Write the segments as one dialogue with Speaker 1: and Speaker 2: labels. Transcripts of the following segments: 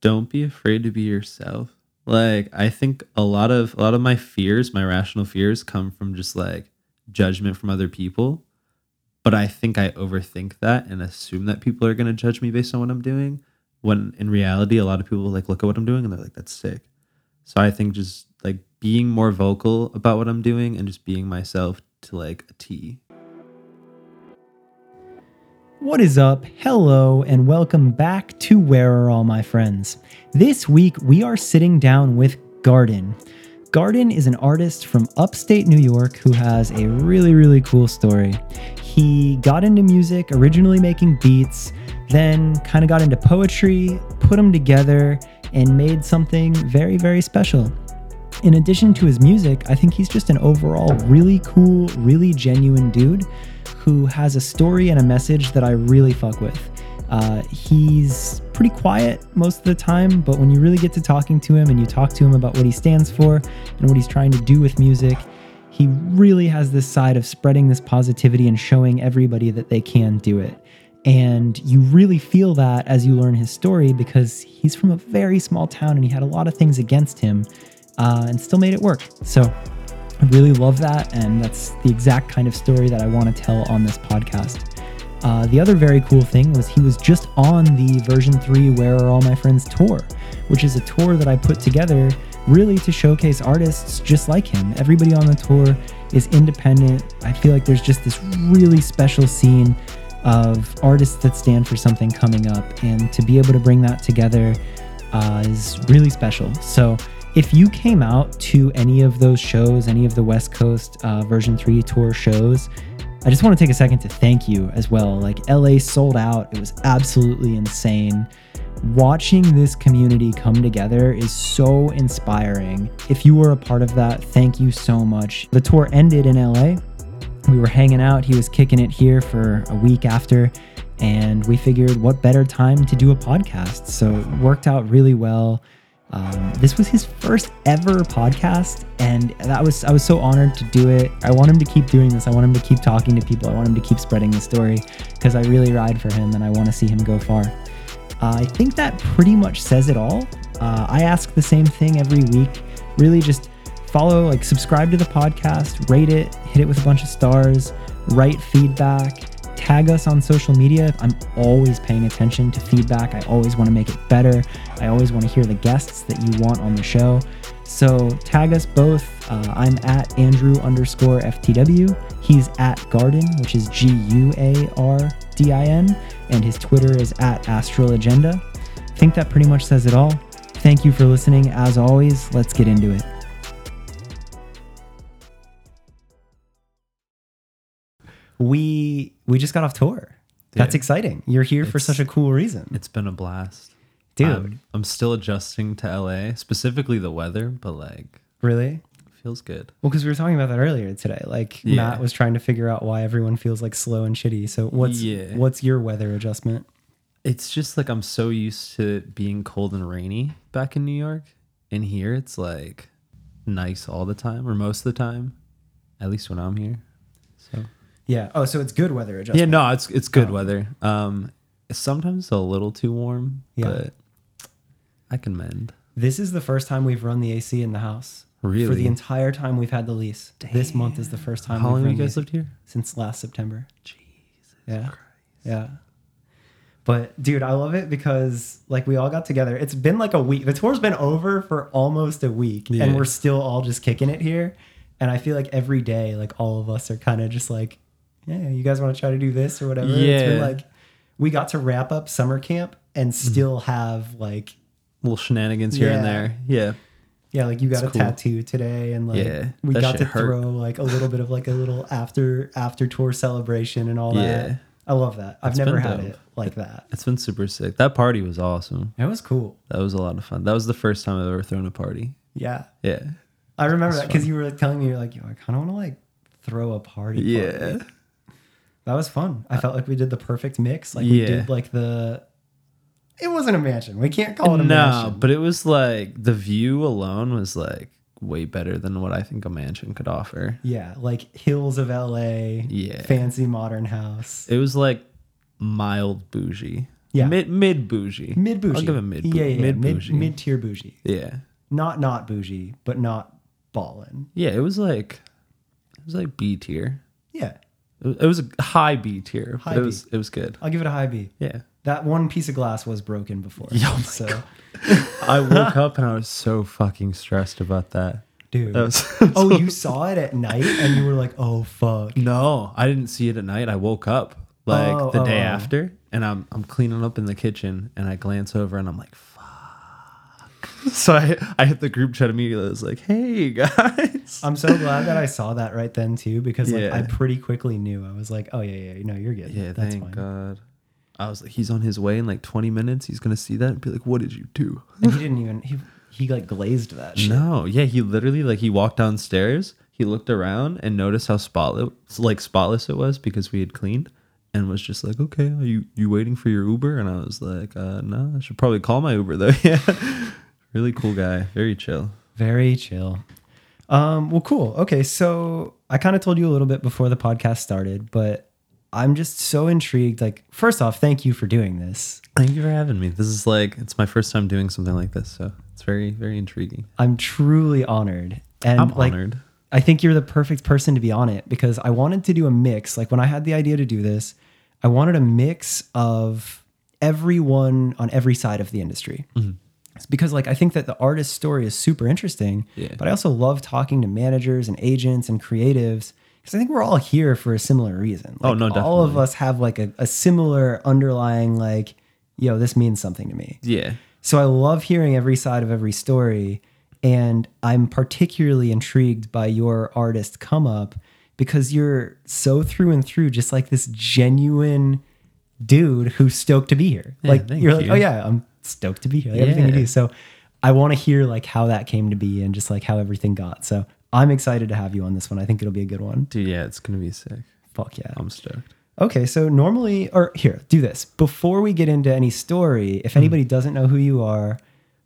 Speaker 1: don't be afraid to be yourself. Like I think a lot of a lot of my fears, my rational fears come from just like judgment from other people. But I think I overthink that and assume that people are going to judge me based on what I'm doing when in reality a lot of people like look at what I'm doing and they're like that's sick. So I think just like being more vocal about what I'm doing and just being myself to like a T.
Speaker 2: What is up? Hello, and welcome back to Where Are All My Friends? This week, we are sitting down with Garden. Garden is an artist from upstate New York who has a really, really cool story. He got into music, originally making beats, then kind of got into poetry, put them together, and made something very, very special. In addition to his music, I think he's just an overall really cool, really genuine dude who has a story and a message that I really fuck with. Uh, he's pretty quiet most of the time, but when you really get to talking to him and you talk to him about what he stands for and what he's trying to do with music, he really has this side of spreading this positivity and showing everybody that they can do it. And you really feel that as you learn his story because he's from a very small town and he had a lot of things against him uh, and still made it work. So I really love that, and that's the exact kind of story that I want to tell on this podcast. Uh, the other very cool thing was he was just on the version 3 Where Are All My Friends tour, which is a tour that I put together really to showcase artists just like him. Everybody on the tour is independent. I feel like there's just this really special scene of artists that stand for something coming up, and to be able to bring that together uh, is really special. So, if you came out to any of those shows, any of the West Coast uh, version 3 tour shows, I just want to take a second to thank you as well. Like, LA sold out, it was absolutely insane. Watching this community come together is so inspiring. If you were a part of that, thank you so much. The tour ended in LA. We were hanging out, he was kicking it here for a week after, and we figured what better time to do a podcast. So it worked out really well. Um, this was his first ever podcast, and that was I was so honored to do it. I want him to keep doing this. I want him to keep talking to people. I want him to keep spreading the story because I really ride for him, and I want to see him go far. Uh, I think that pretty much says it all. Uh, I ask the same thing every week. Really, just follow, like, subscribe to the podcast, rate it, hit it with a bunch of stars, write feedback tag us on social media. I'm always paying attention to feedback. I always want to make it better. I always want to hear the guests that you want on the show. So tag us both. Uh, I'm at Andrew underscore FTW. He's at Garden, which is G U A R D I N, and his Twitter is at Astral Agenda. I think that pretty much says it all. Thank you for listening. As always, let's get into it. we we just got off tour. That's
Speaker 1: Dude,
Speaker 2: exciting. You're here for
Speaker 1: it's-
Speaker 2: such a cool reason, Um,
Speaker 1: It's been a blast.
Speaker 2: dude.
Speaker 1: I'm, I'm still adjusting to LA, specifically the weather, but like
Speaker 2: really?
Speaker 1: feels good.
Speaker 2: Well, because we were talking about that earlier today. Like
Speaker 1: Yeah.
Speaker 2: Matt was trying to figure out why everyone feels like slow and shitty. So what's
Speaker 1: Yeah.
Speaker 2: what's your weather adjustment?
Speaker 1: It's just like I'm so used to it being cold and rainy back in New York. And here it's like nice all the time or most of the time, at least when I'm here. So
Speaker 2: Yeah. Oh, so it's good weather
Speaker 1: Yeah,
Speaker 2: adjustment.
Speaker 1: no, it's it's good weather. Um sometimes a little too warm,
Speaker 2: Yeah.
Speaker 1: but I can mend.
Speaker 2: This is the first time we've run the AC in the house. For
Speaker 1: Really?
Speaker 2: the entire time we've had the lease. This month is the first time.
Speaker 1: How
Speaker 2: we've
Speaker 1: long have
Speaker 2: run
Speaker 1: you
Speaker 2: the
Speaker 1: guys
Speaker 2: AC
Speaker 1: lived here?
Speaker 2: since last September.
Speaker 1: Jesus.
Speaker 2: Yeah. Yeah. But dude, I love it because like we all got together. It's been like a week. The tour's been over for almost a week and
Speaker 1: Yeah.
Speaker 2: we're still all just kicking it here. And I feel like every day like all of us are kind of just like, yeah, you guys want to try to do this or whatever. It's been
Speaker 1: Yeah. Mm-hmm.
Speaker 2: like we got to wrap up summer camp and still have like
Speaker 1: Little shenanigans here and
Speaker 2: Yeah.
Speaker 1: there. Yeah.
Speaker 2: yeah, like you got a
Speaker 1: cool.
Speaker 2: tattoo today, and like
Speaker 1: Yeah,
Speaker 2: we
Speaker 1: that
Speaker 2: got
Speaker 1: shit
Speaker 2: to
Speaker 1: hurt.
Speaker 2: throw like a little bit of like a little after after tour celebration and all
Speaker 1: Yeah.
Speaker 2: that. I love that. I've
Speaker 1: It's
Speaker 2: never
Speaker 1: been
Speaker 2: had
Speaker 1: dope.
Speaker 2: it like that.
Speaker 1: It's been super sick. That party was awesome.
Speaker 2: That was cool.
Speaker 1: That was a lot of fun. That was the first time I've ever thrown a party.
Speaker 2: Yeah,
Speaker 1: Yeah.
Speaker 2: I remember that because you were like, telling me you're like, yo, I kind of want to like throw a party.
Speaker 1: Yeah.
Speaker 2: party." that was fun. I felt like we did the perfect mix. Like we
Speaker 1: Yeah.
Speaker 2: did like the. It wasn't a mansion. We can't call it a
Speaker 1: No,
Speaker 2: mansion.
Speaker 1: but it was like the view alone was like way better than what I think a mansion could offer.
Speaker 2: Yeah, like hills of L.A.
Speaker 1: Yeah.
Speaker 2: fancy modern house.
Speaker 1: It was like mild bougie.
Speaker 2: Yeah.
Speaker 1: Mid mid bougie.
Speaker 2: Mid bougie.
Speaker 1: I'll give him mid
Speaker 2: Yeah, yeah,
Speaker 1: mid
Speaker 2: mid
Speaker 1: bougie.
Speaker 2: mid tier bougie.
Speaker 1: yeah.
Speaker 2: Not not bougie, but not ballin.
Speaker 1: Yeah, it was like it was like B tier.
Speaker 2: Yeah,
Speaker 1: It was- it was a high B tier.
Speaker 2: High
Speaker 1: but it
Speaker 2: B.
Speaker 1: was it was good.
Speaker 2: I'll give it a high B.
Speaker 1: Yeah.
Speaker 2: That one piece of glass was broken before.
Speaker 1: Yeah, oh my
Speaker 2: so,
Speaker 1: I woke up and I was so fucking stressed about that.
Speaker 2: dude.
Speaker 1: That was
Speaker 2: oh, you saw it at night and you were like, oh fuck.
Speaker 1: No, I didn't see it at night. I woke up like
Speaker 2: Oh,
Speaker 1: the
Speaker 2: oh,
Speaker 1: day
Speaker 2: oh.
Speaker 1: after and I'm I'm cleaning up in the kitchen and I glance over and I'm like, fuck. So I, I hit the group chat immediately. I was like, hey guys.
Speaker 2: I'm so glad that I saw that right then too, because like
Speaker 1: Yeah.
Speaker 2: I pretty quickly knew. I was like, oh yeah, yeah, no, you're good.
Speaker 1: Yeah,
Speaker 2: that's
Speaker 1: thank
Speaker 2: fine.
Speaker 1: God. I was like, he's on his way in like 20 minutes. He's gonna see that and be like, what did you do?
Speaker 2: And he didn't even he he like glazed that. Shit.
Speaker 1: No, yeah, he literally like he walked downstairs, he looked around and noticed how spotless like spotless it was because we had cleaned and was just like, "Okay, are you you waiting for your Uber?" And I was like, "Uh, no, I should probably call my Uber though." Yeah. really cool guy, very chill.
Speaker 2: Very chill. Um, well, cool. Okay, so I kind of told you a little bit before the podcast started, but I'm just so intrigued. Like, first off, thank you for doing this.
Speaker 1: Thank you for having me. This is like it's my first time doing something like this, so it's very very intriguing.
Speaker 2: I'm truly honored. And
Speaker 1: I'm
Speaker 2: like,
Speaker 1: honored.
Speaker 2: I think you're the perfect person to be on it because I wanted to do a mix. Like when I had the idea to do this, I wanted a mix of everyone on every side of the industry.
Speaker 1: Mm-hmm.
Speaker 2: It's because like I think that the artist story is super interesting,
Speaker 1: Yeah.
Speaker 2: but I also love talking to managers and agents and creatives because I think we're all here for a similar reason. Like,
Speaker 1: Oh, no,
Speaker 2: all of us have like a, a similar underlying like, yo, this means something to me.
Speaker 1: Yeah.
Speaker 2: So I love hearing every side of every story. And I'm particularly intrigued by your artist come up because you're so through and through just like this genuine dude who's stoked to be here. like
Speaker 1: thank
Speaker 2: you're like,
Speaker 1: you.
Speaker 2: oh yeah, I'm stoked to be here. Like, Everything you
Speaker 1: Yeah.
Speaker 2: do. So I want to hear like how that came to be and just like how everything got. So I'm excited to have you on this one. I think it'll be a good one.
Speaker 1: Dude, yeah, it's going to be sick.
Speaker 2: Fuck yeah.
Speaker 1: I'm stoked.
Speaker 2: Okay, so normally, or here, do this before we get into any story. If anybody doesn't know who you are,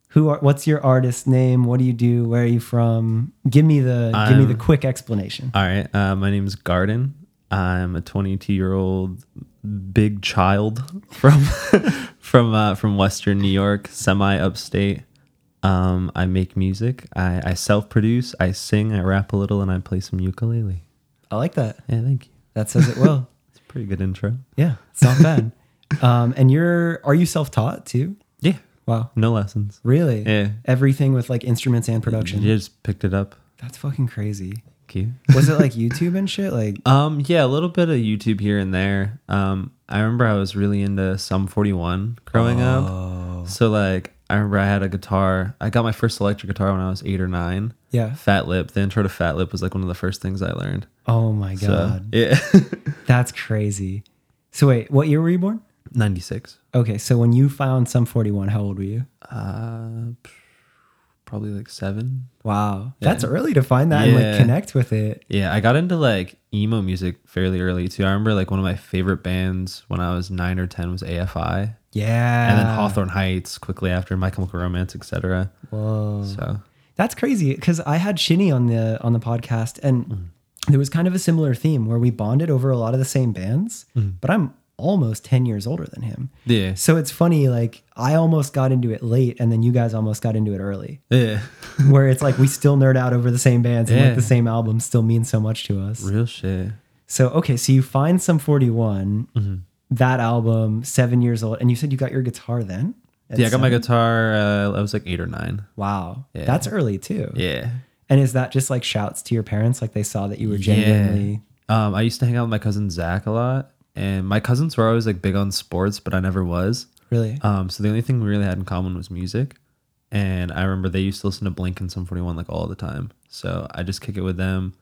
Speaker 2: who are, what's your artist name? What do you do? Where are you from? Give me the, give me the quick explanation.
Speaker 1: All right. Uh, my name is Garden. I'm a 22 year old big child from from uh, from Western New York, semi upstate. Um, I make music. I, I self produce. I sing. I rap a little, and I play some ukulele.
Speaker 2: I like that.
Speaker 1: Yeah, thank you.
Speaker 2: That says it well.
Speaker 1: It's a pretty good intro.
Speaker 2: yeah, it's not bad. Um, and you're, are you self-taught too?
Speaker 1: Yeah.
Speaker 2: Wow,
Speaker 1: No lessons.
Speaker 2: really?
Speaker 1: Yeah.
Speaker 2: Everything with like instruments and production.
Speaker 1: You just picked it up.
Speaker 2: That's fucking crazy.
Speaker 1: Thank you.
Speaker 2: Was it like YouTube and shit? Like,
Speaker 1: Um, yeah, a little bit of YouTube here and there. Um, I remember I was really into Sum 41 growing
Speaker 2: Oh.
Speaker 1: up. So like, I remember I had a guitar. I got my first electric guitar when I was eight or nine.
Speaker 2: yeah.
Speaker 1: Fat Lip. The intro to Fat Lip was like one of the first things I learned.
Speaker 2: Oh my
Speaker 1: So,
Speaker 2: god,
Speaker 1: yeah,
Speaker 2: that's crazy. So wait, what year were you born?
Speaker 1: 96.
Speaker 2: Okay, so when you found some 41, how old were you?
Speaker 1: Uh, probably like seven.
Speaker 2: Wow. That's early to find that and like
Speaker 1: Yeah.
Speaker 2: connect with it.
Speaker 1: Yeah, I got into like emo music fairly early too. I remember like one of my favorite bands when I was nine or ten was AFI,
Speaker 2: Yeah.
Speaker 1: and then Hawthorne Heights quickly after, My Chemical Romance, etc.
Speaker 2: Whoa.
Speaker 1: So
Speaker 2: That's crazy cuz I had Shinny on the on the podcast and
Speaker 1: Mm.
Speaker 2: there was kind of a similar theme where we bonded over a lot of the same bands,
Speaker 1: Mm.
Speaker 2: but I'm almost 10 years older than him.
Speaker 1: yeah,
Speaker 2: So it's funny like I almost got into it late and then you guys almost got into it early.
Speaker 1: yeah,
Speaker 2: where it's like we still nerd out over the same bands and
Speaker 1: Yeah.
Speaker 2: like the same albums still mean so much to us.
Speaker 1: real shit.
Speaker 2: So okay, so you find some 41,
Speaker 1: Mm-hmm.
Speaker 2: that album, seven years old, and you said you got your guitar then. At
Speaker 1: yeah, I got my
Speaker 2: seven?
Speaker 1: guitar. Uh, I was like eight or nine.
Speaker 2: Wow,
Speaker 1: Yeah.
Speaker 2: that's early too.
Speaker 1: Yeah,
Speaker 2: And is that just like shouts to your parents, like they saw that you were genuinely?
Speaker 1: Um, I used to hang out with my cousin Zach a lot, and my cousins were always like big on sports, but I never was.
Speaker 2: Really?
Speaker 1: Um, so the only thing we really had in common was music, and I remember they used to listen to Blink and Sum 41 like all the time. So I just kick it with them,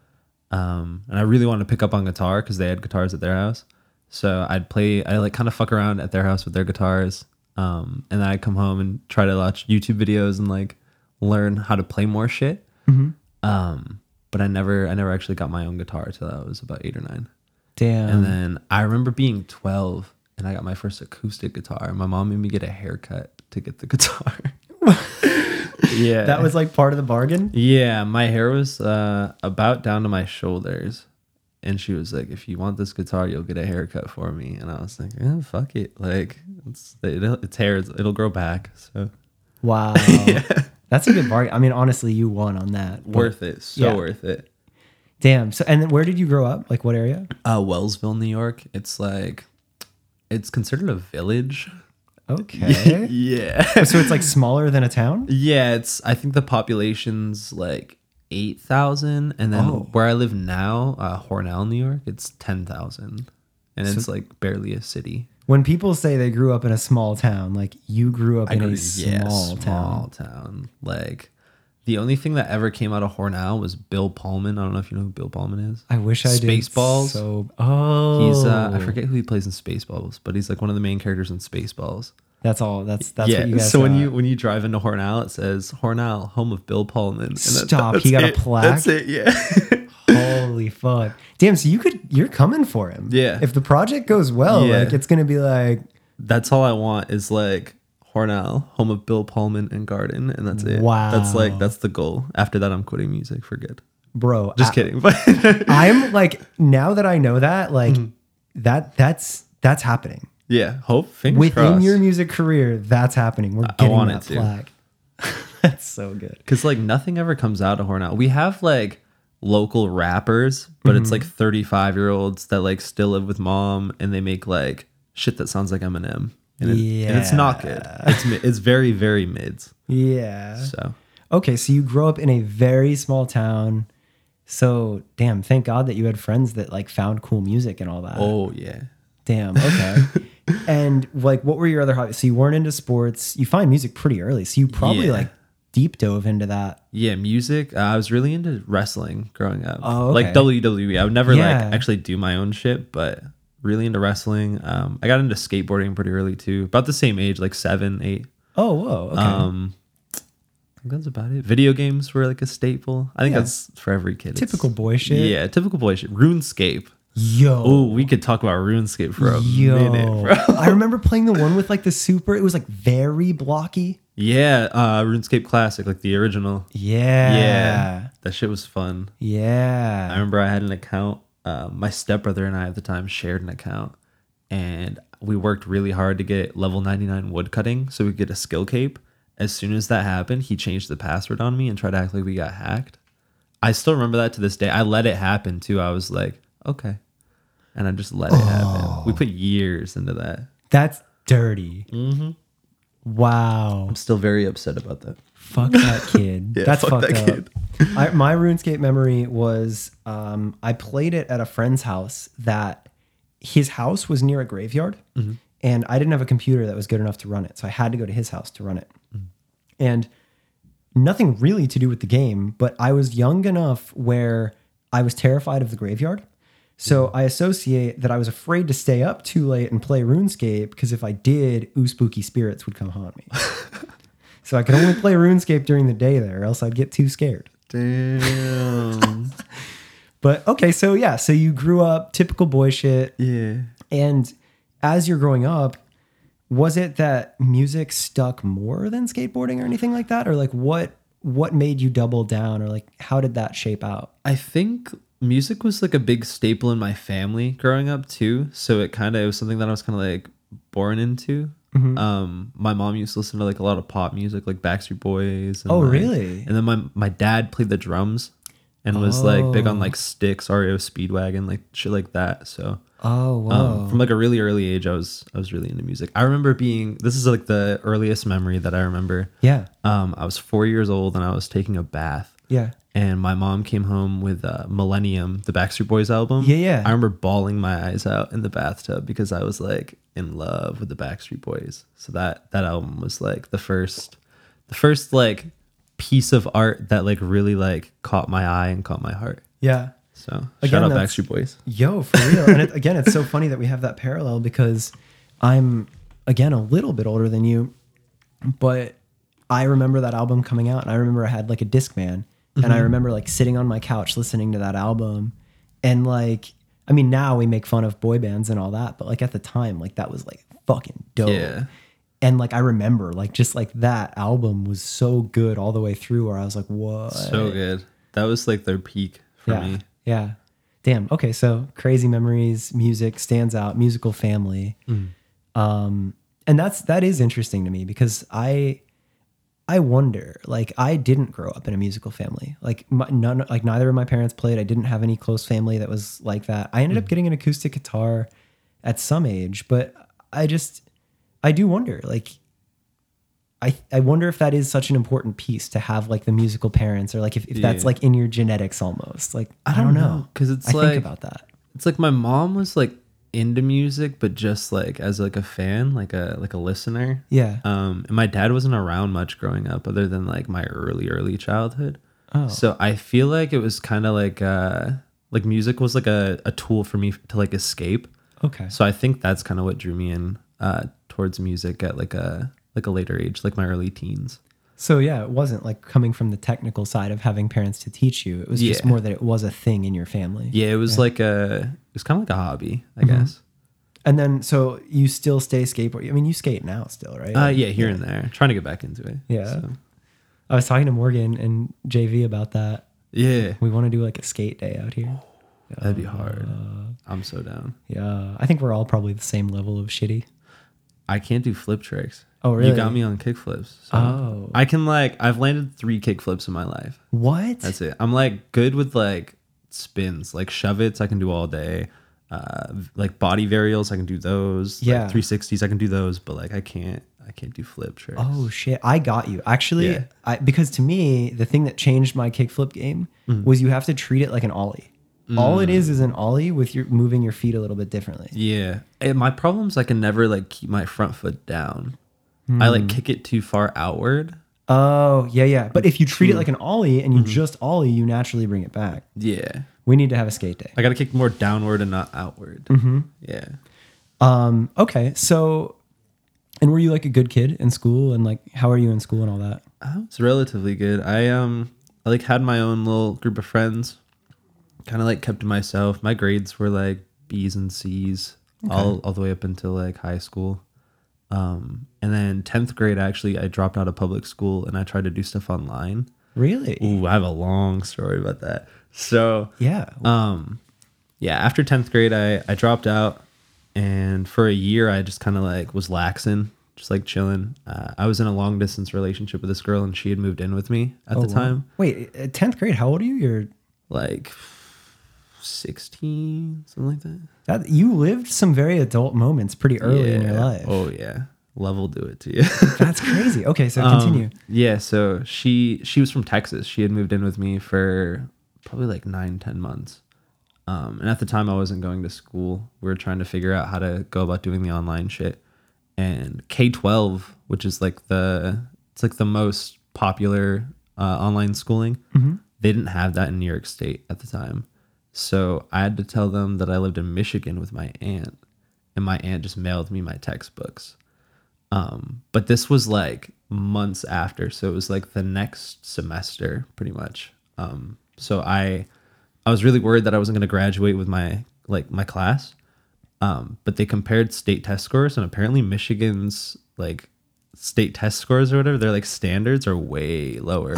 Speaker 1: um, and I really wanted to pick up on guitar because they had guitars at their house. So I'd play, I like kind of fuck around at their house with their guitars, um, and then I'd come home and try to watch YouTube videos and like learn how to play more shit. Um, but I never, I never actually got my own guitar till I was about eight or nine. And
Speaker 2: Damn.
Speaker 1: then I remember being 12 and I got my first acoustic guitar. My mom made me get a haircut to get the guitar. yeah.
Speaker 2: That was like part of the bargain.
Speaker 1: Yeah, my hair was uh, about down to my shoulders. And she was like, if you want this guitar, you'll get a haircut for me. And I was like, eh, "Oh, fuck it. Like, It's it'll, it's hair. It's, it'll grow back. So
Speaker 2: Wow. That's a good bargain. I mean, honestly, you won on that. but-
Speaker 1: worth it. So
Speaker 2: yeah.
Speaker 1: worth it.
Speaker 2: Damn. So, and then where did you grow up? Like, what area?
Speaker 1: Uh, Wellsville, New York. It's like it's considered a village.
Speaker 2: Okay.
Speaker 1: yeah.
Speaker 2: so it's like smaller than a town.
Speaker 1: Yeah, it's I think the population's like eight thousand, and then
Speaker 2: Oh.
Speaker 1: where I live now, uh, Hornell, New York, it's ten thousand, and it's like barely a city.
Speaker 2: When people say they grew up in a small town, like you grew up in
Speaker 1: Agree,
Speaker 2: a small, town.
Speaker 1: small town. Like the only thing that ever came out of Hornell was Bill Pullman. I don't know if you know who Bill Pullman is.
Speaker 2: I wish I did.
Speaker 1: Spaceballs.
Speaker 2: So, oh,
Speaker 1: He's uh, I forget who he plays in Spaceballs, but he's like one of the main characters in Spaceballs.
Speaker 2: That's all. That's that's
Speaker 1: yeah.
Speaker 2: what you guys.
Speaker 1: so when
Speaker 2: got.
Speaker 1: you when you drive into Hornell, it says Hornell, home of Bill Pullman. And that-
Speaker 2: Stop, he
Speaker 1: that's
Speaker 2: got a
Speaker 1: it.
Speaker 2: plaque?
Speaker 1: That's it. Yeah.
Speaker 2: holy fuck, damn. So you could you're coming for him.
Speaker 1: Yeah.
Speaker 2: If the project goes well,
Speaker 1: Yeah.
Speaker 2: like it's gonna be like
Speaker 1: that's all I want is like Hornell, home of Bill Pullman and Garden, and that's it. That's
Speaker 2: Wow.
Speaker 1: like that's the goal. After that, I'm quitting music for good.
Speaker 2: bro
Speaker 1: Just
Speaker 2: I,
Speaker 1: kidding. Mm. But
Speaker 2: am like now that i know that like that that's that's happening
Speaker 1: yeah, hope fingers
Speaker 2: within
Speaker 1: crossed.
Speaker 2: your music career that's happening we're getting
Speaker 1: want
Speaker 2: that
Speaker 1: it to.
Speaker 2: flag that's so good
Speaker 1: Because like nothing ever comes out of Hornell. We have like local rappers, but
Speaker 2: Mm-hmm.
Speaker 1: it's like 35 year olds that like still live with mom and they make like shit that sounds like Eminem. And, it, and it's not good. It's mi- it's very very mids.
Speaker 2: yeah
Speaker 1: So
Speaker 2: okay so you grow up in a very small town so damn thank god that you had friends that like found cool music and all that
Speaker 1: oh yeah,
Speaker 2: damn okay and like what were your other hobbies so you weren't into sports you find music pretty early so you probably
Speaker 1: Yeah.
Speaker 2: like deep dove into that
Speaker 1: yeah. Music. Uh, I was really into wrestling growing up.
Speaker 2: Oh,
Speaker 1: like
Speaker 2: okay.
Speaker 1: WWE. I would never
Speaker 2: Yeah.
Speaker 1: like actually do my own shit, but really into wrestling. Um, I got into skateboarding pretty early too. About the same age, like seven, eight.
Speaker 2: oh whoa okay
Speaker 1: Um, I think that's about it. Video games were like a staple. I think
Speaker 2: Yeah.
Speaker 1: that's for every kid. It's-
Speaker 2: typical boy shit
Speaker 1: Yeah, typical boy shit. RuneScape.
Speaker 2: Yo.
Speaker 1: Oh, we could talk about RuneScape for a
Speaker 2: Yo.
Speaker 1: minute, bro.
Speaker 2: I remember playing the one with like the super, it was like very blocky.
Speaker 1: Yeah, uh, RuneScape Classic, like the original.
Speaker 2: Yeah.
Speaker 1: That shit was fun.
Speaker 2: Yeah.
Speaker 1: I remember I had an account. Uh, my stepbrother and I at the time shared an account, and we worked really hard to get level 99 wood cutting so we could get a skill cape. As soon as that happened, he changed the password on me and tried to act like we got hacked. I still remember that to this day. I let it happen too. I was like, okay. And I just let it happen. We put years into that.
Speaker 2: That's dirty.
Speaker 1: Mm-hmm.
Speaker 2: Wow.
Speaker 1: I'm still very upset about that.
Speaker 2: Fuck that kid.
Speaker 1: Yeah,
Speaker 2: That's
Speaker 1: fuck
Speaker 2: fucked
Speaker 1: that
Speaker 2: up.
Speaker 1: kid.
Speaker 2: I, my RuneScape memory was um, I played it at a friend's house that his house was near a graveyard, and I didn't have a computer that was good enough to run it, so I had to go to his house to run it. And nothing really to do with the game, but I was young enough where I was terrified of the graveyard. So I associate that I was afraid to stay up too late and play RuneScape because if I did, ooh spooky spirits would come haunt me. so I could only play RuneScape during the day there, or else I'd get too scared.
Speaker 1: Damn.
Speaker 2: But okay, so yeah, so you grew up typical boy shit,
Speaker 1: yeah.
Speaker 2: and as you're growing up, was it that music stuck more than skateboarding or anything like that, or like what what made you double down, or like how did that shape out?
Speaker 1: I think music was like a big staple in my family growing up too. So it kind of it was something that I was kind of like born into.
Speaker 2: Mm-hmm.
Speaker 1: Um, my mom used to listen to like a lot of pop music, like Backstreet Boys. And
Speaker 2: Oh,
Speaker 1: like-
Speaker 2: really?
Speaker 1: And then my my dad played the drums and was like big on like Sticks, REO Speedwagon, like shit like that. So
Speaker 2: Oh wow,
Speaker 1: um, from like a really early age, I was I was really into music. I remember being this is like the earliest memory that I remember.
Speaker 2: yeah,
Speaker 1: Um, I was four years old and I was taking a bath
Speaker 2: yeah,
Speaker 1: and my mom came home with uh, Millennium, the Backstreet Boys album.
Speaker 2: Yeah, yeah.
Speaker 1: I remember bawling my eyes out in the bathtub because I was like in love with the Backstreet Boys. So that that album was like the first, the first like piece of art that like really like caught my eye and caught my heart.
Speaker 2: yeah.
Speaker 1: So
Speaker 2: Again,
Speaker 1: shout out
Speaker 2: that's-
Speaker 1: Backstreet Boys.
Speaker 2: Yo, for real. And it, again, it's so funny that we have that parallel because I'm again a little bit older than you, but I remember that album coming out, and I remember I had like a Discman, and
Speaker 1: Mm-hmm.
Speaker 2: I remember like sitting on my couch listening to that album, and like I mean now we make fun of boy bands and all that, but like at the time like that was like fucking dope.
Speaker 1: Yeah.
Speaker 2: And like I remember, like just like that album was so good all the way through, where I was like, "What?"
Speaker 1: So good. That was like their peak for
Speaker 2: yeah.
Speaker 1: me.
Speaker 2: Yeah. Damn. Okay.
Speaker 1: Mm.
Speaker 2: So crazy memories, music stands out, musical family. Um, and that's that is interesting to me because I I wonder like I didn't grow up in a musical family like my, none like neither of my parents played I didn't have any close family that was like that I
Speaker 1: Hmm.
Speaker 2: ended up getting an acoustic guitar at some age but I just I do wonder like I I wonder if that is such an important piece to have like the musical parents or like if, if that's
Speaker 1: Yeah.
Speaker 2: like in your genetics almost like I don't, know
Speaker 1: because it's
Speaker 2: I
Speaker 1: like
Speaker 2: think about that
Speaker 1: it's like my mom was like into music, but just like as like a fan, like a like a listener.
Speaker 2: yeah
Speaker 1: Um, and my dad wasn't around much growing up, other than like my early early childhood.
Speaker 2: oh
Speaker 1: So I feel like it was kind of like uh like music was like a, a tool for me to like escape.
Speaker 2: okay
Speaker 1: So I think that's kind of what drew me in uh towards music at like a like a later age, like my early teens.
Speaker 2: So yeah, it wasn't like coming from the technical side of having parents to teach you. It was just
Speaker 1: Yeah.
Speaker 2: more that it was a thing in your family.
Speaker 1: Yeah, it was like a it was kind of like a hobby, I guess.
Speaker 2: And then so you still stay skateboard. I mean, you skate now still, right?
Speaker 1: Uh yeah, here and there. Trying to get back into it.
Speaker 2: Yeah.
Speaker 1: So,
Speaker 2: I was talking to Morgan and JV about that.
Speaker 1: yeah.
Speaker 2: We want to do like a skate day out here.
Speaker 1: That'd be hard. I'm so down.
Speaker 2: Yeah, I think we're all probably the same level of shitty.
Speaker 1: I can't do flip tricks.
Speaker 2: Oh,
Speaker 1: You
Speaker 2: really?
Speaker 1: got me on kickflips. So
Speaker 2: Oh.
Speaker 1: I can like I've landed three kickflips in my life.
Speaker 2: What?
Speaker 1: That's it. I'm like good with like spins, like shove its I can do all day. Uh, v- like body varials, I can do those. Like,
Speaker 2: Yeah.
Speaker 1: 360s, I can do those, but like I can't, I can't do flip tricks.
Speaker 2: Oh shit! I got you. Actually,
Speaker 1: Yeah.
Speaker 2: I, because to me, the thing that changed my kickflip game
Speaker 1: Mm.
Speaker 2: was you have to treat it like an ollie. All it is is an ollie with your moving your feet a little bit differently.
Speaker 1: Yeah. And my problem is I can never like keep my front foot down. I
Speaker 2: Hmm.
Speaker 1: like kick it too far outward.
Speaker 2: Oh, yeah, yeah. But if you treat it like an ollie and you
Speaker 1: Mm-hmm.
Speaker 2: just ollie, you naturally bring it back.
Speaker 1: Yeah.
Speaker 2: We need to have a skate day.
Speaker 1: I got to kick more downward and not outward.
Speaker 2: Mm-hmm.
Speaker 1: Yeah.
Speaker 2: Um, okay, so and were you like a good kid in school and like how are you in school and all that?
Speaker 1: I was relatively good. I um I like had my own little group of friends. Kind of like kept to myself. My grades were like B's and C's all all the way up until like high school. Um and then 10th grade actually I dropped out of public school and I tried to do stuff online.
Speaker 2: Really?
Speaker 1: Ooh, I have a long story about that. So,
Speaker 2: Yeah.
Speaker 1: um yeah, after 10th grade I I dropped out and for a year I just kind of like was laxing, just like chilling. Uh, I was in a long distance relationship with this girl and she had moved in with me
Speaker 2: Oh,
Speaker 1: at the time.
Speaker 2: Wait, uh, 10th grade, how old are you? You're
Speaker 1: like 16 something like that
Speaker 2: that you lived some very adult moments pretty early in your
Speaker 1: Yeah.
Speaker 2: life.
Speaker 1: oh yeah love will do it to you
Speaker 2: That's crazy. Okay, so continue.
Speaker 1: Um, yeah so she she was from texas she had moved in with me for probably like nine ten months um, and at the time i wasn't going to school we were trying to figure out how to go about doing the online shit and k-12 which is like the it's like the most popular uh, online schooling they didn't have that in new york state at the time so i had to tell them that i lived in michigan with my aunt and my aunt just mailed me my textbooks um, but this was like months after, so it was like the next semester, pretty much. Um, so I, I was really worried that I wasn't going to graduate with my like my class. Um, but they compared state test scores, and apparently Michigan's like state test scores or whatever, their like standards are way lower,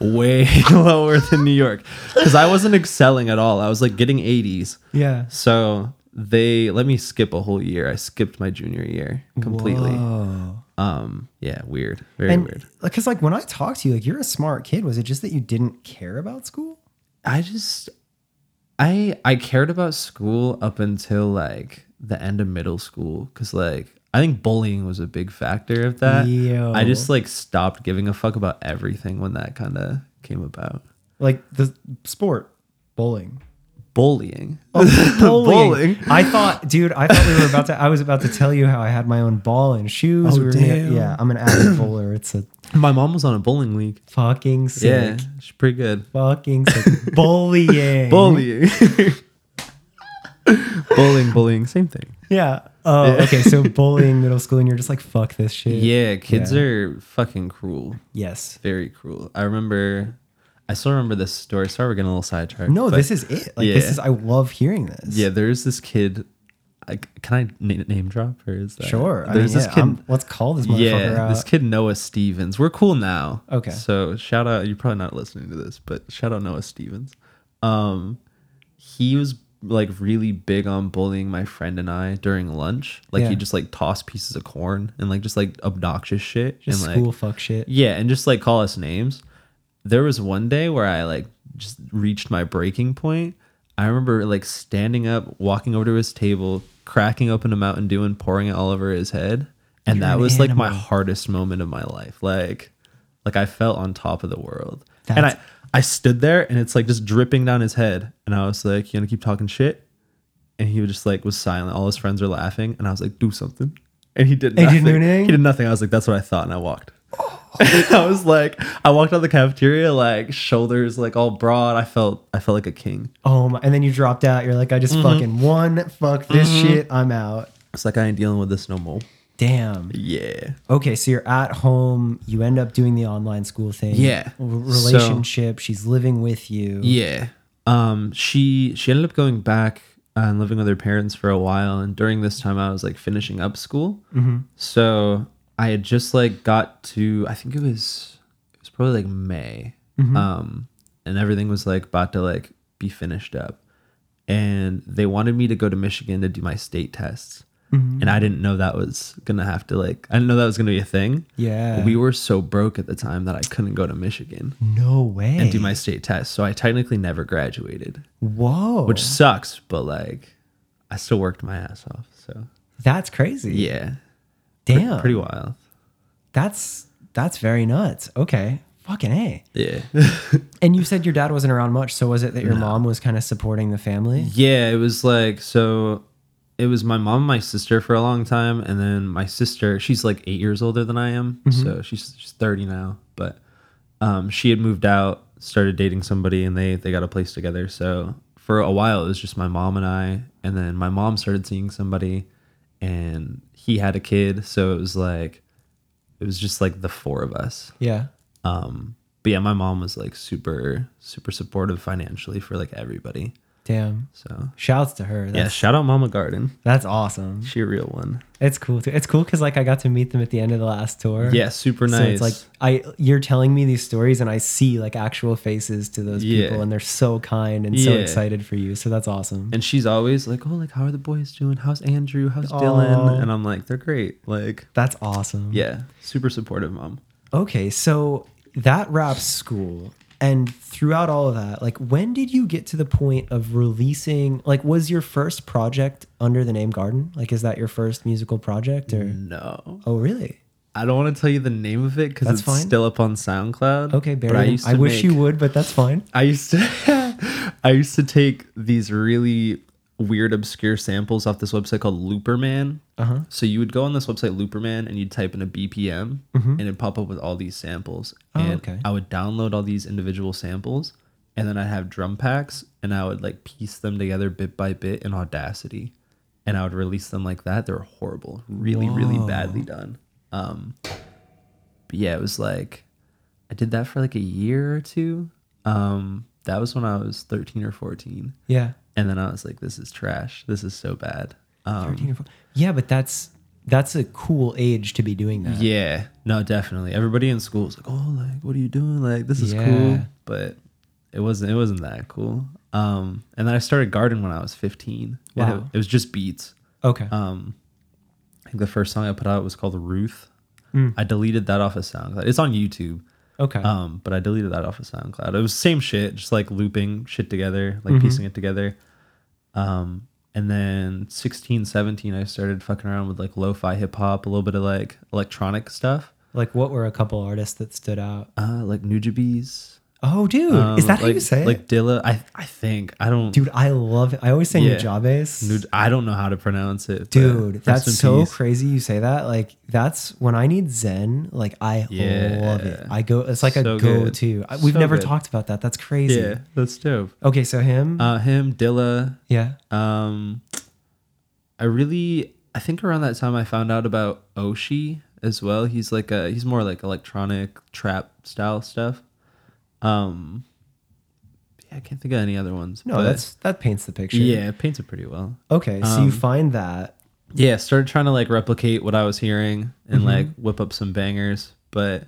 Speaker 1: way lower than New York. Because I wasn't excelling at all. I was like getting 80s.
Speaker 2: yeah.
Speaker 1: So they let me skip a whole year. I skipped my junior year completely.
Speaker 2: Oh.
Speaker 1: Um, yeah, weird, very
Speaker 2: And
Speaker 1: weird.
Speaker 2: because like when I talked to you, like you're a smart kid. Was it just that you didn't care about school?
Speaker 1: I just, I I cared about school up until like the end of middle school because like I think bullying was a big factor of that.
Speaker 2: Yo.
Speaker 1: I just like stopped giving a fuck about everything when that kind of came about.
Speaker 2: like the sport bowling.
Speaker 1: Bullying.
Speaker 2: Oh.
Speaker 1: Bowling.
Speaker 2: I thought, dude, I thought we were about to. I was about to tell you how I had my own ball and shoes.
Speaker 1: Oh,
Speaker 2: we were gonna-
Speaker 1: damn.
Speaker 2: yeah, I'm an avid bowler. It's a
Speaker 1: My mom was on a bowling league.
Speaker 2: fucking sick,
Speaker 1: Yeah, she's pretty good.
Speaker 2: fucking sick. bullying.
Speaker 1: Bullying. bullying, bullying, same thing.
Speaker 2: Yeah. Oh, okay. So bullying middle school, and you're just like, fuck this shit.
Speaker 1: Yeah, kids are fucking cruel.
Speaker 2: Yes.
Speaker 1: Very cruel. I remember, I still remember this story. Sorry, we're getting a little sidetracked.
Speaker 2: No,
Speaker 1: but
Speaker 2: this is it. Like this
Speaker 1: Yeah.
Speaker 2: is. I love hearing this.
Speaker 1: yeah. There's this kid. I, can I na- name drop or is that
Speaker 2: Sure. I
Speaker 1: There's
Speaker 2: mean,
Speaker 1: this
Speaker 2: yeah,
Speaker 1: kid.
Speaker 2: I'm- let's call this motherfucker
Speaker 1: yeah,
Speaker 2: out.
Speaker 1: this kid Noah Stevens. We're cool now.
Speaker 2: Okay.
Speaker 1: So shout out. You're probably not listening to this, but shout out Noah Stevens. Um, he was like really big on bullying my friend and I during lunch. Like
Speaker 2: Yeah.
Speaker 1: he just like tossed pieces of corn and like just like obnoxious shit
Speaker 2: Just
Speaker 1: and like
Speaker 2: school fuck shit.
Speaker 1: yeah, and just like call us names. There was one day where I like just reached my breaking point. I remember like standing up, walking over to his table, cracking open a Mountain Dew and pouring it all over his head. And
Speaker 2: You're
Speaker 1: that
Speaker 2: an
Speaker 1: was like my
Speaker 2: animal.
Speaker 1: hardest moment of my life. Like like I felt on top of the world. and
Speaker 2: That's-
Speaker 1: I I stood there and it's like just dripping down his head. And I was like, You gonna keep talking shit? And he was just like was silent. All his friends were laughing. And I was like, Do something. And he did
Speaker 2: And
Speaker 1: nothing.
Speaker 2: he did anything?
Speaker 1: He did nothing. I was like, That's what I thought. And I walked. I was like, I walked out the cafeteria like shoulders like all broad. I felt I felt like a king.
Speaker 2: Oh my, and then you dropped out. You're like, I
Speaker 1: Mm-hmm.
Speaker 2: just fucking won. Fuck this shit. I'm out.
Speaker 1: It's like I ain't dealing with this no more.
Speaker 2: Damn.
Speaker 1: Yeah.
Speaker 2: Okay, so you're at home. You end up doing the online school thing.
Speaker 1: Yeah.
Speaker 2: R- relationship. she's living with you.
Speaker 1: Yeah. Um she she ended up going back and living with her parents for a while and during this time I was like finishing up school. So I had just like got to I think it was it was probably like May. Um and everything was like about to like be finished up. And they wanted me to go to Michigan to do my state tests. And I didn't know that was gonna have to like I didn't know that was gonna be a thing.
Speaker 2: Yeah.
Speaker 1: We were so broke at the time that I couldn't go to Michigan
Speaker 2: no way.
Speaker 1: and do my state test. So I technically never graduated,
Speaker 2: Whoa.
Speaker 1: which sucks, but like I still worked my ass off. So
Speaker 2: that's crazy.
Speaker 1: yeah, Oh. Pre-
Speaker 2: Damn.
Speaker 1: pretty wild.
Speaker 2: that's that's very nuts. Okay. Fucking A.
Speaker 1: Yeah,
Speaker 2: And you said your dad wasn't around much, so was it that your mom was kind of supporting the family?
Speaker 1: yeah. It was like so. It was my mom, and my sister for a long time, and then my sister. She's like eight years older than I am, so she's she's thirty now. But um, she had moved out, started dating somebody, and they they got a place together. So for a while, it was just my mom and I, and then my mom started seeing somebody, and he had a kid. So it was like, it was just like the four of us.
Speaker 2: Yeah.
Speaker 1: Um, but yeah, my mom was like super super supportive financially for like everybody.
Speaker 2: Damn.
Speaker 1: So
Speaker 2: Shouts to her. That's,
Speaker 1: yeah, shout out Mama Garden.
Speaker 2: That's awesome.
Speaker 1: She a real one.
Speaker 2: It's cool too. It's cool because like I got to meet them at the end of the last tour.
Speaker 1: Yeah, super nice.
Speaker 2: So it's like I you're telling me these stories and I see like actual faces to those
Speaker 1: Yeah.
Speaker 2: people and they're so kind and so
Speaker 1: Yeah.
Speaker 2: excited for you. So that's awesome.
Speaker 1: and she's always like, "Oh, like how are the boys doing? How's Andrew? How's
Speaker 2: Aw.
Speaker 1: Dylan?" And I'm like, "They're great." Like
Speaker 2: That's awesome.
Speaker 1: Yeah, super supportive mom.
Speaker 2: Okay, so that wraps school. And throughout all of that, like when did you get to the point of releasing like was your first project under the name Garden? Like is that your first musical project or
Speaker 1: Mm. No,
Speaker 2: Oh really?
Speaker 1: I don't want to tell you the name of it because
Speaker 2: That's
Speaker 1: it's
Speaker 2: fine.
Speaker 1: still up on SoundCloud.
Speaker 2: Okay,
Speaker 1: but
Speaker 2: Barry. I, I wish you
Speaker 1: make-
Speaker 2: would, but that's fine.
Speaker 1: I used to, I used to take these really weird, obscure samples off this website called Looperman. Uh-huh. So you would go on this website Looperman and you'd type in a BPM and it'd pop up with all these samples. and
Speaker 2: okay.
Speaker 1: I would download all these individual samples and then I'd have drum packs and I would like piece them together bit by bit in Audacity. And I would release them like that. They were horrible, really, really badly done. Um, but yeah, it was like I did that for like a year or two. Um, that was when I was 13 or 14.
Speaker 2: Yeah.
Speaker 1: And then I was like, this is trash. This is so bad. Um,
Speaker 2: 13 or 14. Yeah, but that's that's a cool age to be doing that.
Speaker 1: yeah, no, definitely. Everybody in school was like, oh, like, what are you doing? Like, this is
Speaker 2: Yeah.
Speaker 1: cool. But it wasn't, it wasn't that cool. Um, and then I started garden when I was 15. And it-
Speaker 2: Wow.
Speaker 1: it was just beats.
Speaker 2: Okay.
Speaker 1: Um, I think the first song I put out was called Ruth.
Speaker 2: Mm.
Speaker 1: I deleted that off of SoundCloud. It's on YouTube.
Speaker 2: okay.
Speaker 1: Um, but I deleted that off of SoundCloud. It was same shit, just like looping shit together,
Speaker 2: Mm-hmm.
Speaker 1: like piecing it together. Um, and then 16, 17, I started fucking around with like lo-fi hip hop, a little bit of like electronic stuff,
Speaker 2: like what were a couple artists that stood out?
Speaker 1: uh, like Nujabes.
Speaker 2: Oh dude,
Speaker 1: Um,
Speaker 2: is that how
Speaker 1: like,
Speaker 2: you say
Speaker 1: Like
Speaker 2: it?
Speaker 1: Dilla. I I think I don't.
Speaker 2: Dude, I love it. I always say
Speaker 1: Yeah.
Speaker 2: Nujabes.
Speaker 1: Nuj- I don't know how to pronounce it. but
Speaker 2: Dude,
Speaker 1: rest in
Speaker 2: that's so
Speaker 1: peace.
Speaker 2: crazy you say that. Like that's when I need zen, like I love it.
Speaker 1: Yeah.
Speaker 2: I go it's like a
Speaker 1: So good.
Speaker 2: go to. We've
Speaker 1: So
Speaker 2: never
Speaker 1: good.
Speaker 2: talked about that. That's crazy.
Speaker 1: Yeah, that's dope.
Speaker 2: Okay, so him?
Speaker 1: Uh, him, Dilla,
Speaker 2: yeah.
Speaker 1: Um, I really, I think around that time I found out about Oshi as well. He's like a, he's more like electronic trap style stuff. Um, yeah, I can't think of any other ones.
Speaker 2: No,
Speaker 1: but
Speaker 2: that's that paints the picture.
Speaker 1: yeah, Um, it paints it pretty well.
Speaker 2: Okay, so you find that.
Speaker 1: Yeah, started trying to like replicate what I was hearing and like whip up some bangers, but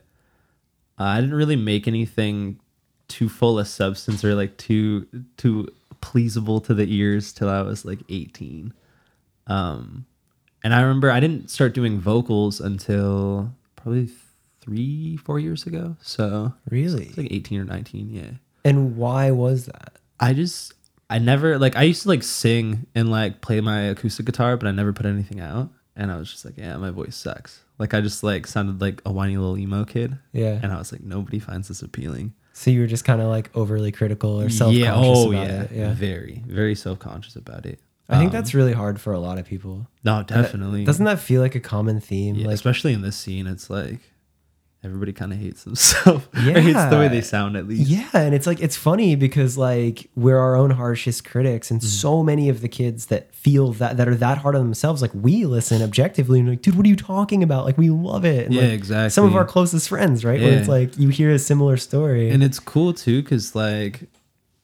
Speaker 1: uh, I didn't really make anything too full of substance or like too too pleasable to the ears till I was like 18. Um, and I remember I didn't start doing vocals until probably three, four years ago. So
Speaker 2: Really?
Speaker 1: it's like 18 or 19. Yeah.
Speaker 2: And why was that?
Speaker 1: I just, I never, like, I used to like sing and like play my acoustic guitar, but I never put anything out. And I was just like, yeah, my voice sucks. Like, I just like sounded like a whiny little emo kid.
Speaker 2: Yeah.
Speaker 1: And I was like, nobody finds this appealing. oh,
Speaker 2: So you were just kind of like overly critical or self conscious about it. Yeah.
Speaker 1: Very, very self conscious about it.
Speaker 2: I think
Speaker 1: Um,
Speaker 2: that's really hard for a lot of people.
Speaker 1: No, definitely.
Speaker 2: Doesn't that feel like a common theme?
Speaker 1: Yeah,
Speaker 2: Like,
Speaker 1: especially in this scene, it's like everybody kind of hates themselves. or hates the way
Speaker 2: Yeah.
Speaker 1: they sound at least.
Speaker 2: yeah. And it's like, it's funny because like we're our own harshest critics.
Speaker 1: Mm-hmm.
Speaker 2: And so many of the kids that feel that, that are that hard on themselves, like we listen objectively and like, dude, what are you talking about? Like, we love it. And,
Speaker 1: Yeah,
Speaker 2: like,
Speaker 1: exactly.
Speaker 2: Some of our closest friends, right? Where it's
Speaker 1: Yeah.
Speaker 2: like you hear a similar story.
Speaker 1: and it's cool too, because like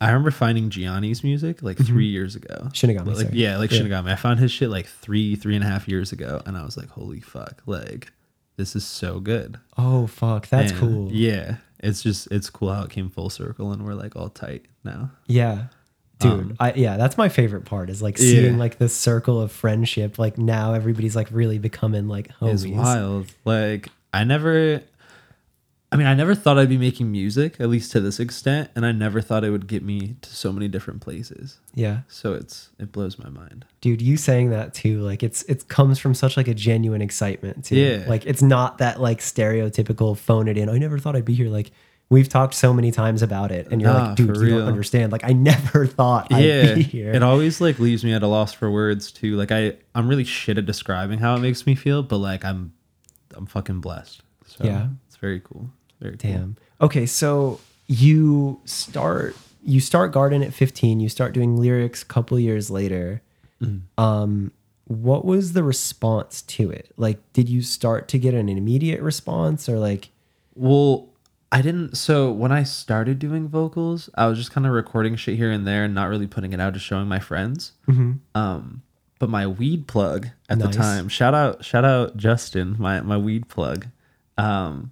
Speaker 1: I remember finding Gianni's music like
Speaker 2: Mm-hmm.
Speaker 1: three years ago.
Speaker 2: Shinigami,
Speaker 1: Like,
Speaker 2: sorry.
Speaker 1: yeah, like Shinigami. I found his shit like three, three and a half years ago, and I was like, holy fuck, like this is so good.
Speaker 2: oh, fuck. That's
Speaker 1: And,
Speaker 2: cool.
Speaker 1: Yeah. It's just it's cool how it came full circle and we're like all tight now.
Speaker 2: Yeah. Dude,
Speaker 1: Um,
Speaker 2: I yeah, that's my favorite part is like seeing like this circle of friendship. Like now everybody's like really becoming like
Speaker 1: is
Speaker 2: homies.
Speaker 1: wild. Like I never I mean, I never thought I'd be making music, at least to this extent, and I never thought it would get me to so many different places.
Speaker 2: Yeah.
Speaker 1: So it's it blows my mind.
Speaker 2: Dude, you saying that too, like it's it comes from such like a genuine excitement too.
Speaker 1: Yeah.
Speaker 2: Like it's not that like stereotypical phone it in. I never thought I'd be here. Like we've talked so many times about it, and you're
Speaker 1: Nah,
Speaker 2: like, dude,
Speaker 1: for
Speaker 2: you don't
Speaker 1: real.
Speaker 2: understand. Like I never thought I'd
Speaker 1: yeah,
Speaker 2: be here.
Speaker 1: it always like leaves me at a loss for words too. Like I I'm really shit at describing how it makes me feel, but like I'm I'm fucking blessed. So
Speaker 2: Yeah.
Speaker 1: it's very cool. Very cool.
Speaker 2: Damn. Okay, so you start you start garden at 15, you start doing lyrics a couple years later.
Speaker 1: Mm.
Speaker 2: Um what was the response to it? Like did you start to get an immediate response or like
Speaker 1: Well, I didn't. So when I started doing vocals, I was just kind of recording shit here and there and not really putting it out, just showing my friends. Um, but my weed plug at
Speaker 2: Mm-hmm. Nice.
Speaker 1: the time, shout out, shout out Justin, my my weed plug. Um,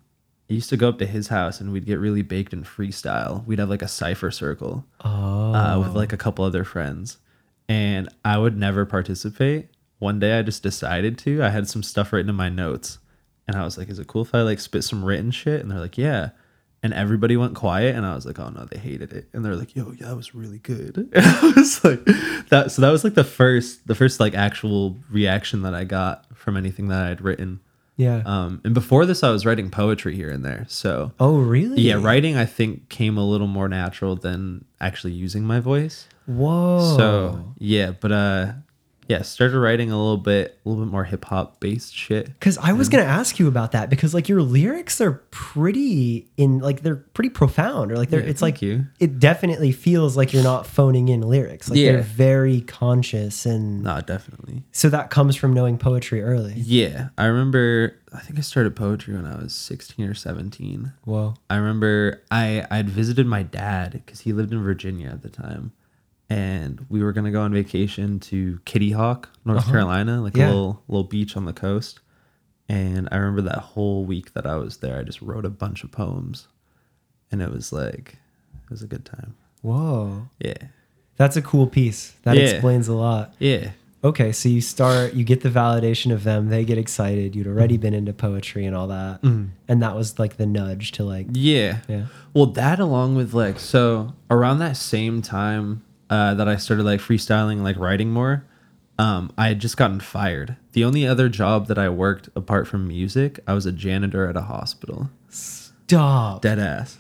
Speaker 1: I used to go up to his house and we'd get really baked and freestyle. We'd have like a cipher circle
Speaker 2: oh
Speaker 1: uh, with like a couple other friends, and I would never participate. One day, I just decided to. I had some stuff written in my notes, and I was like, "Is it cool if I like spit some written shit?" And they're like, "Yeah." And everybody went quiet, and I was like, "Oh no, they hated it." And they're like, "Yo, yeah, that was really good." And I was like, "That." So that was like the first, the first like actual reaction that I got from anything that I had written.
Speaker 2: yeah.
Speaker 1: Um, and before this, I was writing poetry here and there. So
Speaker 2: oh really?
Speaker 1: yeah, writing I think came a little more natural than actually using my voice.
Speaker 2: Whoa. Oh.
Speaker 1: So yeah, but uh yeah, started writing a little bit a little bit more hip hop based shit.
Speaker 2: Cause I was gonna ask you about that because like your lyrics are pretty in like they're pretty profound or like they're
Speaker 1: Yeah,
Speaker 2: it's
Speaker 1: thank
Speaker 2: like
Speaker 1: you.
Speaker 2: it definitely feels like you're not phoning in lyrics like
Speaker 1: Yeah.
Speaker 2: they're very conscious and
Speaker 1: No, definitely.
Speaker 2: So that comes from knowing poetry early.
Speaker 1: Yeah. I remember I think I started poetry when I was sixteen or seventeen.
Speaker 2: Whoa.
Speaker 1: I remember I I'd visited my dad because he lived in Virginia at the time, and we were gonna go on vacation to Kitty Hawk, North Carolina, like a
Speaker 2: Yeah.
Speaker 1: little little beach on the coast. And I remember that whole week that I was there, I just wrote a bunch of poems, and it was like it was a good time.
Speaker 2: Whoa.
Speaker 1: Yeah,
Speaker 2: That's a cool piece. That
Speaker 1: Yeah.
Speaker 2: explains a lot.
Speaker 1: yeah,
Speaker 2: Okay, so you start, you get the validation of them, they get excited. You'd already
Speaker 1: Mm.
Speaker 2: been into poetry and all that. And that was like the nudge to like,
Speaker 1: yeah.
Speaker 2: yeah.
Speaker 1: Well, that along with like so around that same time uh, that I started like freestyling, like writing more, um, I had just gotten fired. The only other job that I worked apart from music, I was a janitor at a hospital.
Speaker 2: Stop.
Speaker 1: Dead ass.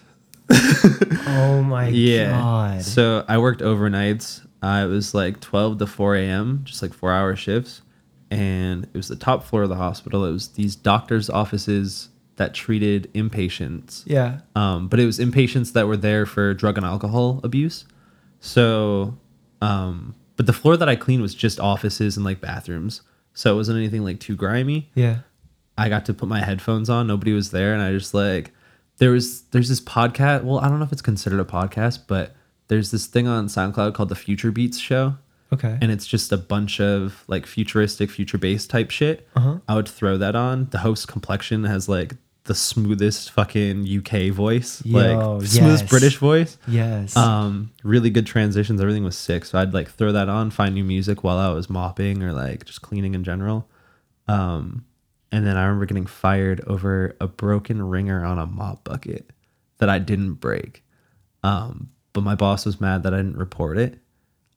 Speaker 2: Oh my
Speaker 1: Yeah.
Speaker 2: God.
Speaker 1: So I worked overnights. I was like 12 to 4 a.m., just like four hour shifts. And it was the top floor of the hospital. It was these doctors' offices that treated inpatients.
Speaker 2: Yeah.
Speaker 1: um, but it was inpatients that were there for drug and alcohol abuse. So, um, but the floor that I cleaned was just offices and like bathrooms, so it wasn't anything like too grimy.
Speaker 2: Yeah.
Speaker 1: I got to put my headphones on. Nobody was there, and I just like there was there's this podcast. Well, I don't know if it's considered a podcast, but there's this thing on SoundCloud called the Future Beats Show,
Speaker 2: Okay.
Speaker 1: and it's just a bunch of
Speaker 2: Uh-huh.
Speaker 1: like futuristic, future based type shit. I would throw that on. The host complexion has like the smoothest fucking UK voice,
Speaker 2: Yo,
Speaker 1: like smoothest
Speaker 2: yes.
Speaker 1: British voice.
Speaker 2: Yes.
Speaker 1: Um, really good transitions. Everything was sick. So I'd like throw that on, find new music while I was mopping or like just cleaning in general. Um, and then I remember getting fired over a broken ringer on a mop bucket that I didn't break. Um, but my boss was mad that I didn't report it.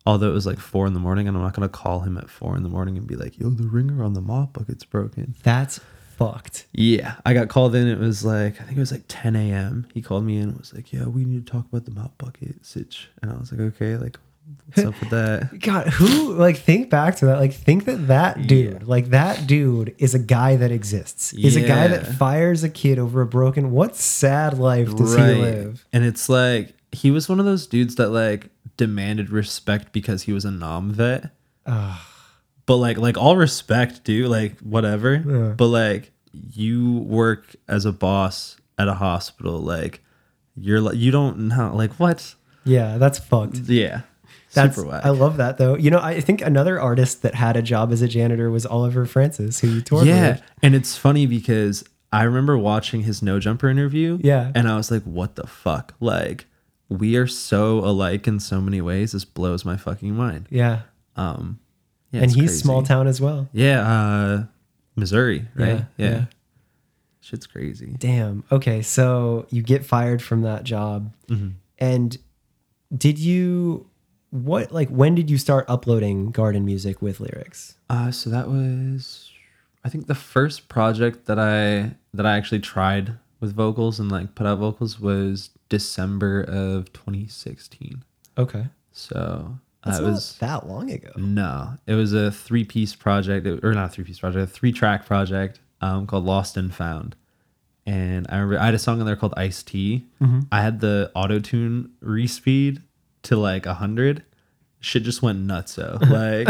Speaker 1: Although it was like four in the morning, and I'm not gonna call him at four in the morning and be like, "Yo, the ringer on the mop bucket's broken."
Speaker 2: That's fucked.
Speaker 1: Yeah, I got called in. It was like I think it was like 10 a.m. He called me in and was like, "Yeah, we need to talk about the mop bucket sitch." And I was like, "Okay, like what's up with that?"
Speaker 2: God, who like think back to that? Like think that that dude, like that dude, is a guy that exists. Is a guy that
Speaker 1: Yeah.
Speaker 2: fires a kid over a broken. What sad life does he live?
Speaker 1: And it's like he was one of those dudes that like demanded respect because he was a nom vet. But like like all respect, dude, like whatever. But like you work as a boss at a hospital, like you're like you don't know like what?
Speaker 2: Yeah, that's fucked.
Speaker 1: Yeah.
Speaker 2: That's
Speaker 1: Super whack.
Speaker 2: I love that though. You know, I think another artist that had a job as a janitor was Oliver Francis, who you toured
Speaker 1: Yeah.
Speaker 2: with.
Speaker 1: And it's funny because I remember watching his no jumper interview.
Speaker 2: Yeah.
Speaker 1: And I was like, what the fuck? Like, we are so alike in so many ways. This blows my fucking mind.
Speaker 2: Yeah.
Speaker 1: Um, yeah,
Speaker 2: and
Speaker 1: it's
Speaker 2: he's
Speaker 1: crazy.
Speaker 2: small town as well.
Speaker 1: Yeah. Uh, Missouri, right?
Speaker 2: Yeah,
Speaker 1: Yeah.
Speaker 2: yeah.
Speaker 1: Shit's crazy.
Speaker 2: Damn. Okay, so you get fired from that job. And did you what like when did you start uploading garden music with lyrics?
Speaker 1: Uh, so that was, I think, the first project that I that I actually tried with vocals and like put out vocals was December of 2016.
Speaker 2: Okay.
Speaker 1: So
Speaker 2: That's
Speaker 1: that
Speaker 2: not
Speaker 1: was
Speaker 2: that long ago.
Speaker 1: No, it was a three piece project, or not a three piece project, a three track project um, called Lost and Found. And I remember I had a song in there called Ice Tea. I had the auto tune respeed to like 100. Shit just went nuts. So like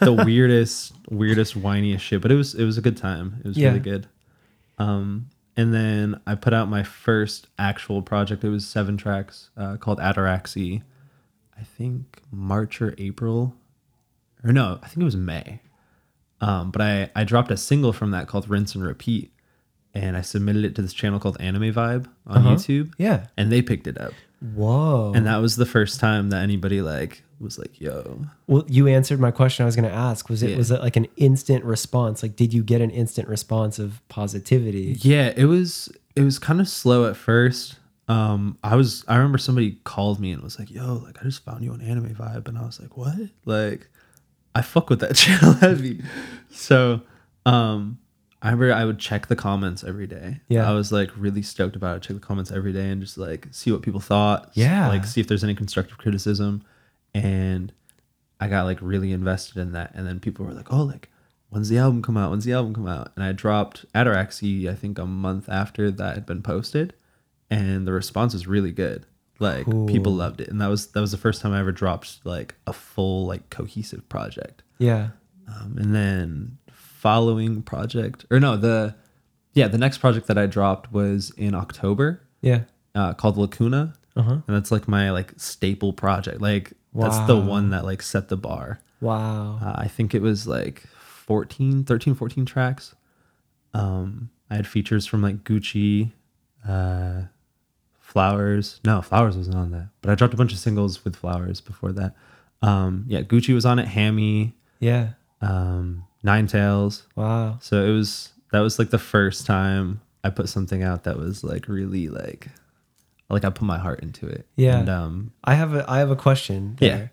Speaker 1: the weirdest, weirdest, whiniest shit. But it was it was a good time. It was
Speaker 2: Yeah.
Speaker 1: really good. Um, and then I put out my first actual project. It was seven tracks uh, called Ataraxy. I think March or April, or no, I think it was May. Um, but I, I dropped a single from that called Rinse and Repeat, and I submitted it to this channel called Anime Vibe on YouTube,
Speaker 2: Yeah.
Speaker 1: and they picked it up.
Speaker 2: Whoa.
Speaker 1: And that was the first time that anybody like was like, "Yo,
Speaker 2: well, you answered my question I was going to ask. Was it
Speaker 1: Yeah.
Speaker 2: was it like an instant response? Like did you get an instant response of positivity?
Speaker 1: Yeah, it was it was kind of slow at first. Um, I was I remember somebody called me and was like, "Yo, like I just found you on Anime Vibe," and I was like, "What?" Like, I fuck with that channel heavy. So, um, I remember I would check the comments every day.
Speaker 2: Yeah.
Speaker 1: I was like really stoked about it. Check the comments every day and just like see what people thought. s-
Speaker 2: Yeah.
Speaker 1: like see if there's any constructive criticism, and I got like really invested in that. And then people were like, oh, like, when's the album come out? When's the album come out? And I dropped Ataraxy, I think a month after that had been posted. And the response was really good. Like people loved it. And that was that was the first time I ever dropped like a full, like cohesive project.
Speaker 2: Yeah.
Speaker 1: Um, and then following project or no, the yeah, the next project that I dropped was in October
Speaker 2: Yeah.
Speaker 1: uh, called Lacuna,
Speaker 2: Uh-huh.
Speaker 1: and that's like my like staple project. Like that's the
Speaker 2: Wow.
Speaker 1: one that like set the bar.
Speaker 2: Wow.
Speaker 1: Uh, I think it was like 14, 13, 14 tracks. Um, I had features from like Gucci, uh, Flowers. No, Flowers wasn't on that, but I dropped a bunch of singles with Flowers before that. Um, yeah, Gucci was on it. Hammy,
Speaker 2: Yeah.
Speaker 1: um, Nine Tails.
Speaker 2: Wow.
Speaker 1: So it was that was like the first time I put something out that was like really like like I put my heart into it.
Speaker 2: Yeah.
Speaker 1: And um
Speaker 2: I have a I have a question
Speaker 1: Yeah. Mm-hmm.
Speaker 2: there.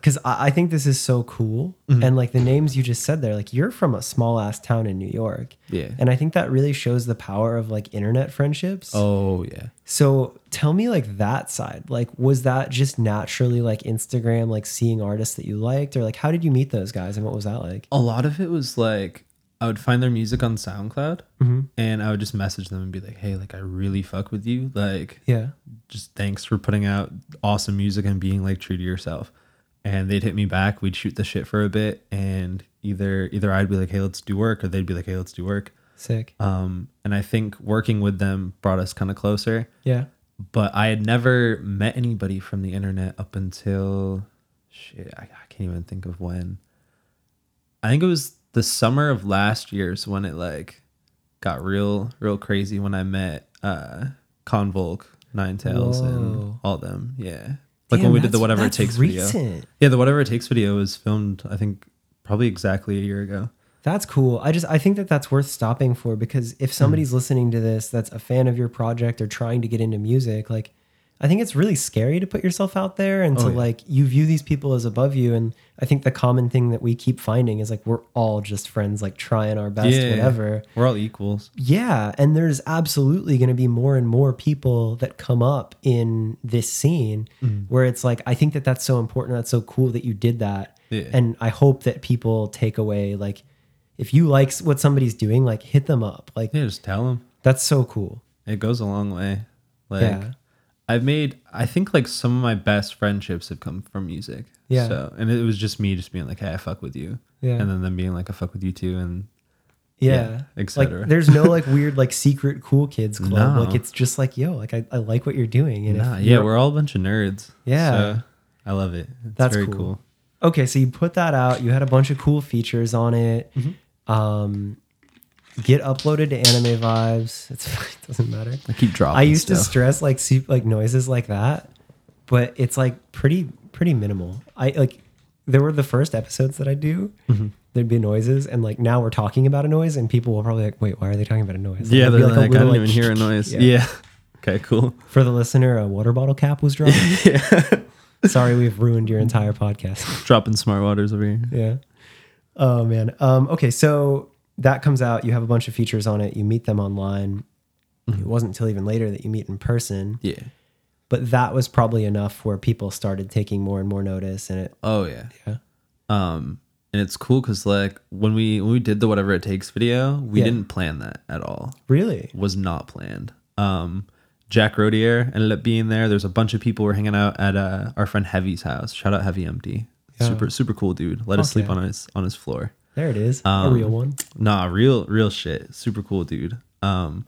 Speaker 2: Cause I, I think this is so cool. And like the names you just said there, like you're from a small ass town in New York.
Speaker 1: Yeah.
Speaker 2: And I think that really shows the power of like internet friendships.
Speaker 1: oh yeah.
Speaker 2: So tell me like that side. Like was that just naturally like Instagram, like seeing artists that you liked, or like how did you meet those guys and what was that like?
Speaker 1: A lot of it was like I would find their music on SoundCloud and I would just message them and be like, "Hey, like I really fuck with you. Like
Speaker 2: Yeah.
Speaker 1: just thanks for putting out awesome music and being like true to yourself. And they'd hit me back. We'd shoot the shit for a bit, and either either I'd be like, "Hey, let's do work," or they'd be like, "Hey, let's do work."
Speaker 2: Sick.
Speaker 1: Um, and I think working with them brought us kind of closer.
Speaker 2: Yeah.
Speaker 1: But I had never met anybody from the internet up until shit. I, I can't even think of when. I think it was the summer of last year's when it like got real real crazy when I met uh Convolk, Nine Tails, and
Speaker 2: Whoa.
Speaker 1: all them. Yeah. Like
Speaker 2: Damn,
Speaker 1: when we did the
Speaker 2: that's-
Speaker 1: whatever it
Speaker 2: that's
Speaker 1: takes video.
Speaker 2: recent.
Speaker 1: Yeah, the whatever it takes video was filmed I think probably exactly a year ago.
Speaker 2: That's cool. I just I think that that's worth stopping for because
Speaker 1: Hmm.
Speaker 2: if somebody's listening to this that's a fan of your project or trying to get into music, like I think it's really scary to put yourself out there and
Speaker 1: Oh,
Speaker 2: to
Speaker 1: yeah.
Speaker 2: like you view these people as above you and I think the common thing that we keep finding is like we're all just friends like trying our best
Speaker 1: Yeah.
Speaker 2: whatever.
Speaker 1: We're all equals.
Speaker 2: Yeah, and there's absolutely going to be more and more people that come up in this scene
Speaker 1: Mm.
Speaker 2: where it's like I think that that's so important, that's so cool that you did that.
Speaker 1: Yeah.
Speaker 2: And I hope that people take away like if you like s- what somebody's doing, like hit them up. Like
Speaker 1: Yeah, just tell them.
Speaker 2: that's so cool.
Speaker 1: It goes a long way. Like
Speaker 2: Yeah.
Speaker 1: I've made I think like some of my best friendships have come from music.
Speaker 2: Yeah.
Speaker 1: So and it was just me just being like, Hey, I fuck with you.
Speaker 2: Yeah.
Speaker 1: And then them being like I fuck with you too and
Speaker 2: Yeah.
Speaker 1: et
Speaker 2: Like
Speaker 1: cetera.
Speaker 2: there's no like weird like secret cool kids club.
Speaker 1: No.
Speaker 2: Like it's just like, yo, like I, I like what you're doing. And if
Speaker 1: Nah, yeah,
Speaker 2: you're-
Speaker 1: we're all a bunch of nerds.
Speaker 2: Yeah.
Speaker 1: So I love it. It's
Speaker 2: That's
Speaker 1: very
Speaker 2: cool.
Speaker 1: cool.
Speaker 2: okay so you put that out you had a bunch of cool features on it
Speaker 1: Mm-hmm.
Speaker 2: um get uploaded to anime vibes it's it doesn't matter
Speaker 1: I keep dropping.
Speaker 2: i used to
Speaker 1: stuff.
Speaker 2: stress like see like noises like that but it's like pretty pretty minimal i like there were the first episodes that i do
Speaker 1: Mm-hmm.
Speaker 2: there'd be noises and like now we're talking about a noise and people will probably like wait why are they talking about a noise
Speaker 1: Yeah,
Speaker 2: it'd
Speaker 1: they're
Speaker 2: be
Speaker 1: like,
Speaker 2: a
Speaker 1: I
Speaker 2: little,
Speaker 1: didn't even hear a noise.
Speaker 2: Yeah.
Speaker 1: Yeah. Okay, cool.
Speaker 2: for the listener a water bottle cap was dropped sorry we've ruined your entire podcast
Speaker 1: Dropping smart waters over here.
Speaker 2: yeah. Oh man. Um, okay, so that comes out. You have a bunch of features on it. You meet them online. It wasn't until even later that you meet in person,
Speaker 1: Yeah.
Speaker 2: but that was probably enough where people started taking more and more notice. And it,
Speaker 1: Oh yeah.
Speaker 2: Yeah.
Speaker 1: Um, and it's cool because like when we when we did the whatever it takes video, we
Speaker 2: Yeah.
Speaker 1: didn't plan that at all.
Speaker 2: really,
Speaker 1: was not planned. Um, Jack Rodier ended up being there. There's a bunch of people were hanging out at uh, our friend Heavy's house. Shout out Heavy Empty. Super super cool dude. Let us
Speaker 2: Fuck
Speaker 1: sleep
Speaker 2: yeah.
Speaker 1: on his on his floor.
Speaker 2: there it is,
Speaker 1: Um,
Speaker 2: a real one.
Speaker 1: Nah, real real shit. Super cool dude. Um,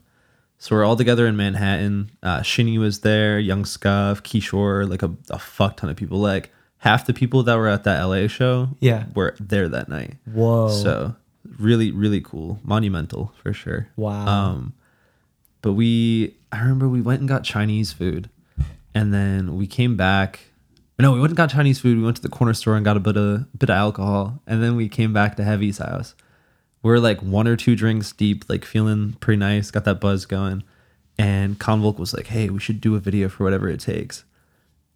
Speaker 1: so we're all together in Manhattan. Uh, Shinny was there, Young Scuff, Keyshore, like a, a fuck ton of people. Like half the people that were at that LA show,
Speaker 2: Yeah.
Speaker 1: were there that night.
Speaker 2: Whoa.
Speaker 1: So really really cool, monumental for sure.
Speaker 2: Wow.
Speaker 1: Um, but we, I remember we went and got Chinese food, and then we came back. No, we went and got Chinese food. We went to the corner store and got a bit of bit of alcohol, and then we came back to Heavy's house. We're like one or two drinks deep, like feeling pretty nice, got that buzz going. And Convolk was like, "Hey, we should do a video for whatever it takes."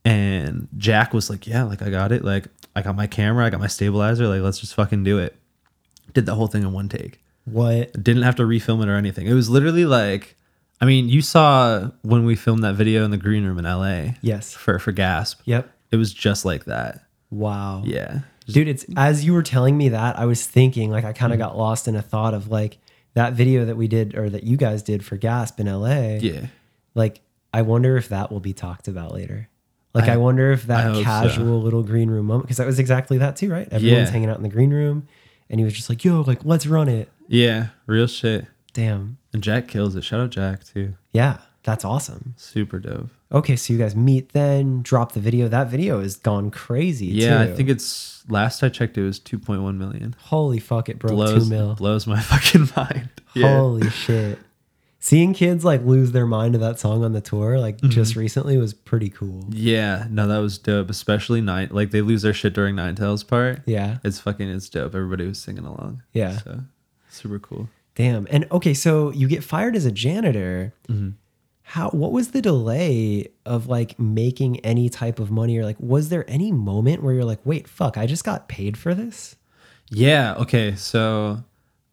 Speaker 1: And Jack was like, "Yeah, like I got it. Like I got my camera, I got my stabilizer. Like let's just fucking do it." Did the whole thing in one take
Speaker 2: what?
Speaker 1: didn't have to refilm it or anything. It was literally like, I mean, you saw when we filmed that video in the green room in LA.
Speaker 2: Yes.
Speaker 1: For for Gasp.
Speaker 2: Yep.
Speaker 1: It was just like that.
Speaker 2: Wow.
Speaker 1: Yeah.
Speaker 2: Dude, it's as you were telling me that, I was thinking like I kind
Speaker 1: Mm.
Speaker 2: of got lost in a thought of like that video that we did or that you guys did for Gasp in LA.
Speaker 1: Yeah.
Speaker 2: like i wonder if that will be talked about later like i, wonder if
Speaker 1: I
Speaker 2: that
Speaker 1: hope
Speaker 2: casual little green room moment because that was exactly that too right everyone's
Speaker 1: Yeah.
Speaker 2: hanging out in the green room and he was just like yo like let's run it
Speaker 1: Yeah. Real shit.
Speaker 2: damn
Speaker 1: And Jack kills it. Shout out Jack too.
Speaker 2: yeah that's awesome
Speaker 1: Super dope.
Speaker 2: okay so you guys meet then drop the video that video has gone crazy
Speaker 1: Yeah,
Speaker 2: too.
Speaker 1: I think it's last I checked it was 2.1 million.
Speaker 2: holy fuck it broke
Speaker 1: Blows
Speaker 2: two mil
Speaker 1: blows my fucking mind. Yeah.
Speaker 2: holy shit seeing kids like lose their mind to that song on the tour like
Speaker 1: Mm-hmm.
Speaker 2: just recently was pretty cool
Speaker 1: Yeah, no, that was dope. Especially nine, like they lose their shit during Nine Tails part.
Speaker 2: yeah
Speaker 1: It's fucking, it's dope. Everybody was singing along.
Speaker 2: Yeah.
Speaker 1: so super cool.
Speaker 2: Damn. And okay, so you get fired as a janitor.
Speaker 1: Mm-hmm.
Speaker 2: How what was the delay of like making any type of money or like was there any moment where you're like, "Wait, fuck, I just got paid for this?"
Speaker 1: Yeah. Okay. So,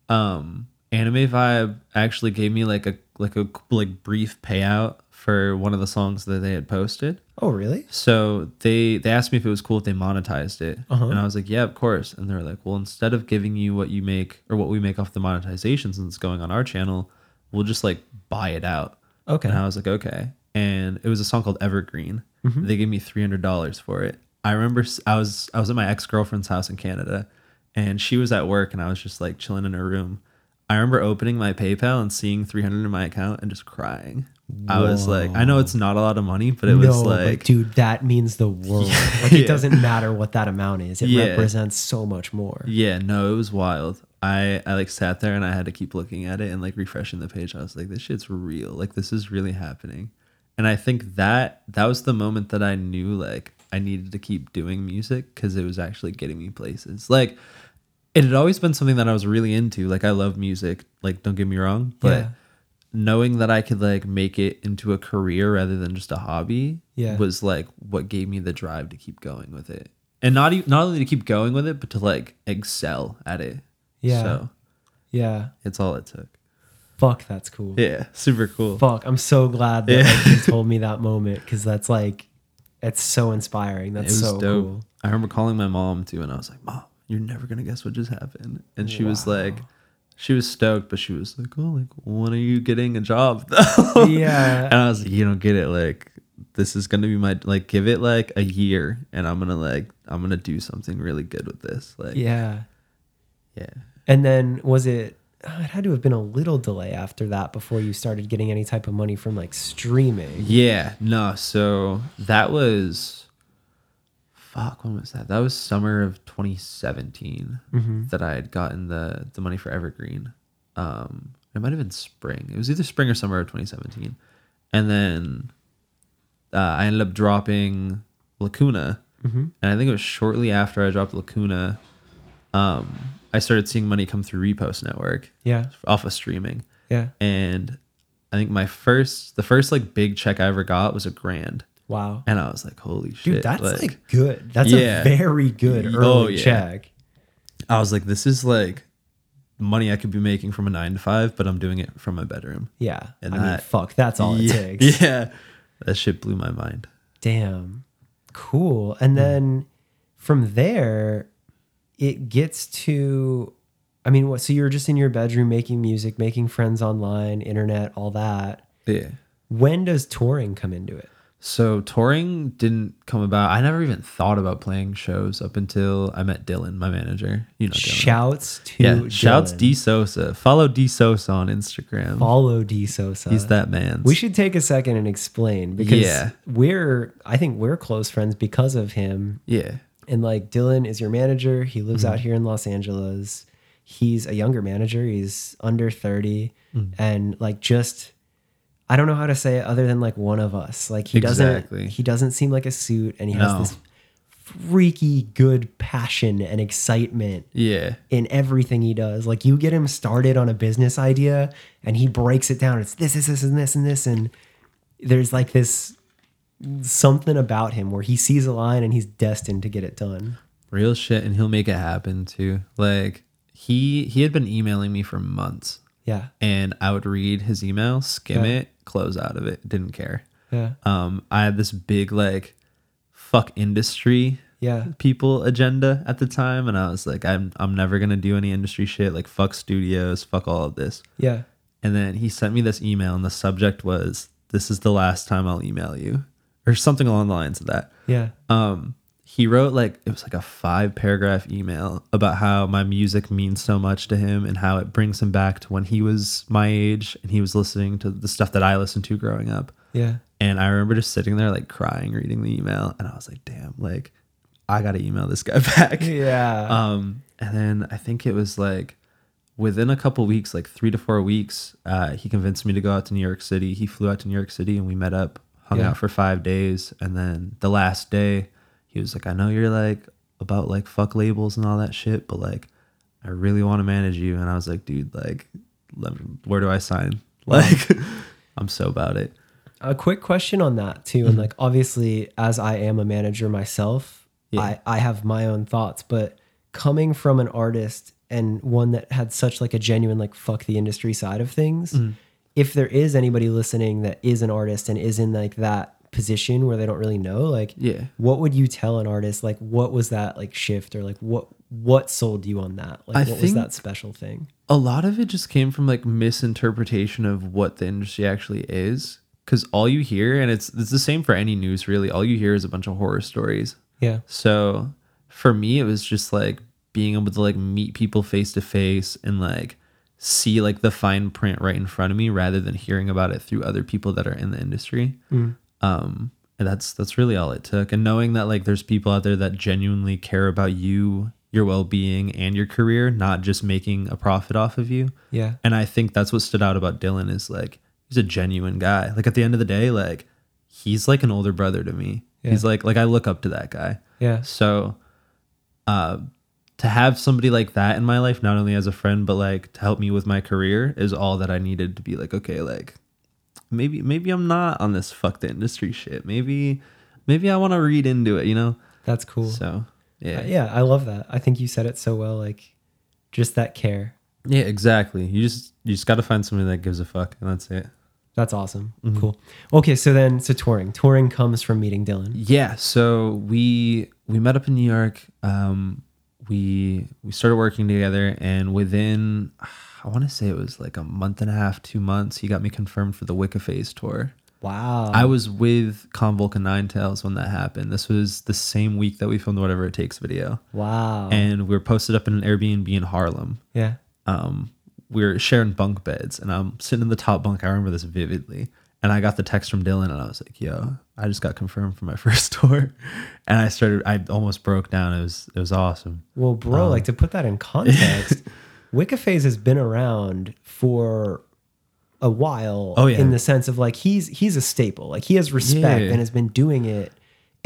Speaker 1: um, Anime Vibe actually gave me like a like a like brief payout for one of the songs that they had posted.
Speaker 2: Oh, really?
Speaker 1: So they they asked me if it was cool if they monetized it, and I was like, yeah, of course. And they were like, well, instead of giving you what you make or what we make off the monetizations that's going on our channel, we'll just like buy it out.
Speaker 2: Okay.
Speaker 1: And I was like, okay. And it was a song called Evergreen.
Speaker 2: Mm-hmm.
Speaker 1: They gave me three hundred dollars for it. I remember s- I was I was at my ex girlfriend's house in Canada, and she was at work, and I was just like chilling in her room. I remember opening my PayPal and seeing three hundred in my account and just crying. I was like, I know it's not a lot of money, but it was
Speaker 2: no, but
Speaker 1: like,
Speaker 2: dude, that means the world. like it
Speaker 1: Yeah.
Speaker 2: doesn't matter what that amount is. It
Speaker 1: Yeah.
Speaker 2: represents so much more.
Speaker 1: yeah, no, it was wild. I I like sat there and I had to keep looking at it and like refreshing the page. I was like, this shit's real. Like this is really happening. And I think that that was the moment that I knew like I needed to keep doing music because it was actually getting me places. Like it had always been something that I was really into. Like I love music. Like don't get me wrong, but
Speaker 2: Yeah.
Speaker 1: knowing that I could like make it into a career rather than just a hobby
Speaker 2: Yeah.
Speaker 1: was like what gave me the drive to keep going with it. And not even, not only to keep going with it, but to like excel at it.
Speaker 2: Yeah.
Speaker 1: So
Speaker 2: Yeah.
Speaker 1: it's all it took.
Speaker 2: Fuck, that's cool.
Speaker 1: Yeah. Super cool.
Speaker 2: Fuck, I'm so glad that like, you told me that moment because that's like, it's so inspiring.
Speaker 1: It was
Speaker 2: That's so
Speaker 1: dope.
Speaker 2: cool.
Speaker 1: I remember calling my mom too, and I was like, "Mom, you're never gonna guess what just happened." And she was like, she was stoked, but she was like, "Oh, like when are you getting a job?" though?"
Speaker 2: Yeah.
Speaker 1: and I was like, "You don't get it. Like this is gonna be my like. Give it like a year, and I'm gonna like I'm gonna do something really good with this. Like yeah,
Speaker 2: Yeah. And then was it? oh, It had to have been a little delay after that before you started getting any type of money from like streaming.
Speaker 1: yeah. No, so that was." Fuck, when was that? That was summer of 2017.
Speaker 2: Mm-hmm.
Speaker 1: that I had gotten the the money for Evergreen. Um, it might have been spring. It was either spring or summer of 2017, and then uh, I ended up dropping Lacuna,
Speaker 2: Mhm.
Speaker 1: and I think it was shortly after I dropped Lacuna, um, I started seeing money come through Repost Network
Speaker 2: Yeah.
Speaker 1: off of streaming,
Speaker 2: Yeah.
Speaker 1: and I think my first the first like big check I ever got was a grand,
Speaker 2: Wow.
Speaker 1: and I was like, holy shit,
Speaker 2: Dude, that's like, good. That's
Speaker 1: Yeah.
Speaker 2: a very good early
Speaker 1: Oh, yeah.
Speaker 2: check.
Speaker 1: I was like, this is like money I could be making from a nine to five, but I'm doing it from my bedroom.
Speaker 2: Yeah.
Speaker 1: And
Speaker 2: I mean,
Speaker 1: that-
Speaker 2: fuck, that's all it
Speaker 1: yeah,
Speaker 2: takes.
Speaker 1: yeah. that shit blew my mind.
Speaker 2: Damn. Cool. And then from there, it gets to I mean, what so you were just in your bedroom making music, making friends online, internet, all that.
Speaker 1: Yeah.
Speaker 2: When does touring come into it?
Speaker 1: So touring didn't come about. I never even thought about playing shows up until I met Dylan, my manager. You know, Dylan.
Speaker 2: Shouts to
Speaker 1: yeah, shouts
Speaker 2: Dylan.
Speaker 1: D Sosa. Follow D Sosa on Instagram.
Speaker 2: follow D Sosa.
Speaker 1: He's that man.
Speaker 2: We should take a second and explain because
Speaker 1: Yeah.
Speaker 2: we're I think we're close friends because of him.
Speaker 1: yeah,
Speaker 2: And like Dylan is your manager. He lives
Speaker 1: Mm-hmm.
Speaker 2: out here in Los Angeles. He's a younger manager. He's under 30
Speaker 1: Mm.
Speaker 2: and like just I don't know how to say it other than like one of us. Like he
Speaker 1: Exactly.
Speaker 2: doesn't he doesn't seem like a suit and he has
Speaker 1: No.
Speaker 2: this freaky good passion and excitement
Speaker 1: yeah.
Speaker 2: in everything he does. Like you get him started on a business idea and he breaks it down. It's this, this, this, and this, and this. And there's like this something about him where he sees a line and he's destined to get it done.
Speaker 1: real shit and he'll make it happen too like he he had been emailing me for months
Speaker 2: Yeah.
Speaker 1: and i would read his email skim
Speaker 2: Yeah.
Speaker 1: it close out of it didn't care
Speaker 2: Yeah.
Speaker 1: um i had this big like fuck industry
Speaker 2: Yeah.
Speaker 1: people agenda at the time and i was like i'm i'm never going to do any industry shit like fuck studios fuck all of this
Speaker 2: Yeah.
Speaker 1: and then he sent me this email and the subject was this is the last time i'll email you or something along the lines of that
Speaker 2: Yeah.
Speaker 1: um he wrote like it was like a five paragraph email about how my music means so much to him and how it brings him back to when he was my age and he was listening to the stuff that I listened to growing up.
Speaker 2: Yeah.
Speaker 1: And I remember just sitting there like crying reading the email and I was like, damn, like I gotta email this guy back.
Speaker 2: Yeah.
Speaker 1: Um, and then I think it was like within a couple weeks, like three to four weeks, uh, he convinced me to go out to New York City. He flew out to New York City and we met up, hung
Speaker 2: Yeah.
Speaker 1: out for five days. And then the last day, he was like, I know you're like about like fuck labels and all that shit, but like, I really want to manage you. And I was like, dude, like, let me, where do I sign? Like, I'm so about it.
Speaker 2: a quick question on that too
Speaker 1: Mm-hmm.
Speaker 2: and like obviously as i am a manager myself
Speaker 1: Yeah.
Speaker 2: i i have my own thoughts but coming from an artist and one that had such like a genuine like fuck the industry side of things
Speaker 1: Mm.
Speaker 2: if there is anybody listening that is an artist and is in like that position where they don't really know like
Speaker 1: Yeah.
Speaker 2: what would you tell an artist like what was that like shift or like what what sold you on that like
Speaker 1: I
Speaker 2: what was
Speaker 1: think-
Speaker 2: that special thing
Speaker 1: a lot of it just came from like misinterpretation of what the industry actually is because all you hear and it's it's the same for any news really all you hear is a bunch of horror stories
Speaker 2: yeah
Speaker 1: so for me, it was just like being able to like meet people face to face and like see like the fine print right in front of me rather than hearing about it through other people that are in the industry. Um, and that's that's really all it took. And knowing that like there's people out there that genuinely care about you, your well-being and your career, not just making a profit off of you.
Speaker 2: Yeah.
Speaker 1: And I think that's what stood out about Dylan is like he's a genuine guy. Like at the end of the day, like he's like an older brother to me.
Speaker 2: Yeah.
Speaker 1: He's like like I look up to that guy.
Speaker 2: Yeah.
Speaker 1: So uh to have somebody like that in my life, not only as a friend, but like to help me with my career is all that I needed to be like, okay, like maybe maybe I'm not on this fuck the industry shit. Maybe maybe I want to read into it, you know?
Speaker 2: That's cool.
Speaker 1: So yeah.
Speaker 2: Uh, yeah, I love that. I think you said it so well. Like, just that care.
Speaker 1: Yeah, exactly. You just you just got to find somebody that gives a fuck, and that's it.
Speaker 2: That's awesome.
Speaker 1: Mm-hmm.
Speaker 2: Cool. Okay, so then so touring. Touring comes from meeting Dylan.
Speaker 1: Yeah. So we we met up in New York. Um, we we started working together, and within I want to say it was like a month and a half, two months, he got me confirmed for the Wicca Phase tour.
Speaker 2: Wow.
Speaker 1: I was with Convulca Nine Tails when that happened. This was the same week that we filmed Whatever It Takes video,
Speaker 2: wow.
Speaker 1: and we were posted up in an Airbnb in Harlem.
Speaker 2: yeah.
Speaker 1: um, we were sharing bunk beds, and I'm sitting in the top bunk. I remember this vividly. And I got the text from Dylan, and I was like, "Yo, I just got confirmed for my first tour," and I started. I almost broke down. It was it was awesome.
Speaker 2: Well,
Speaker 1: Um,
Speaker 2: bro, like to put that in context, Wiccaphase has been around for a while
Speaker 1: Oh, yeah.
Speaker 2: in the sense of like he's he's a staple. Like he has respect
Speaker 1: Yeah.
Speaker 2: and has been doing it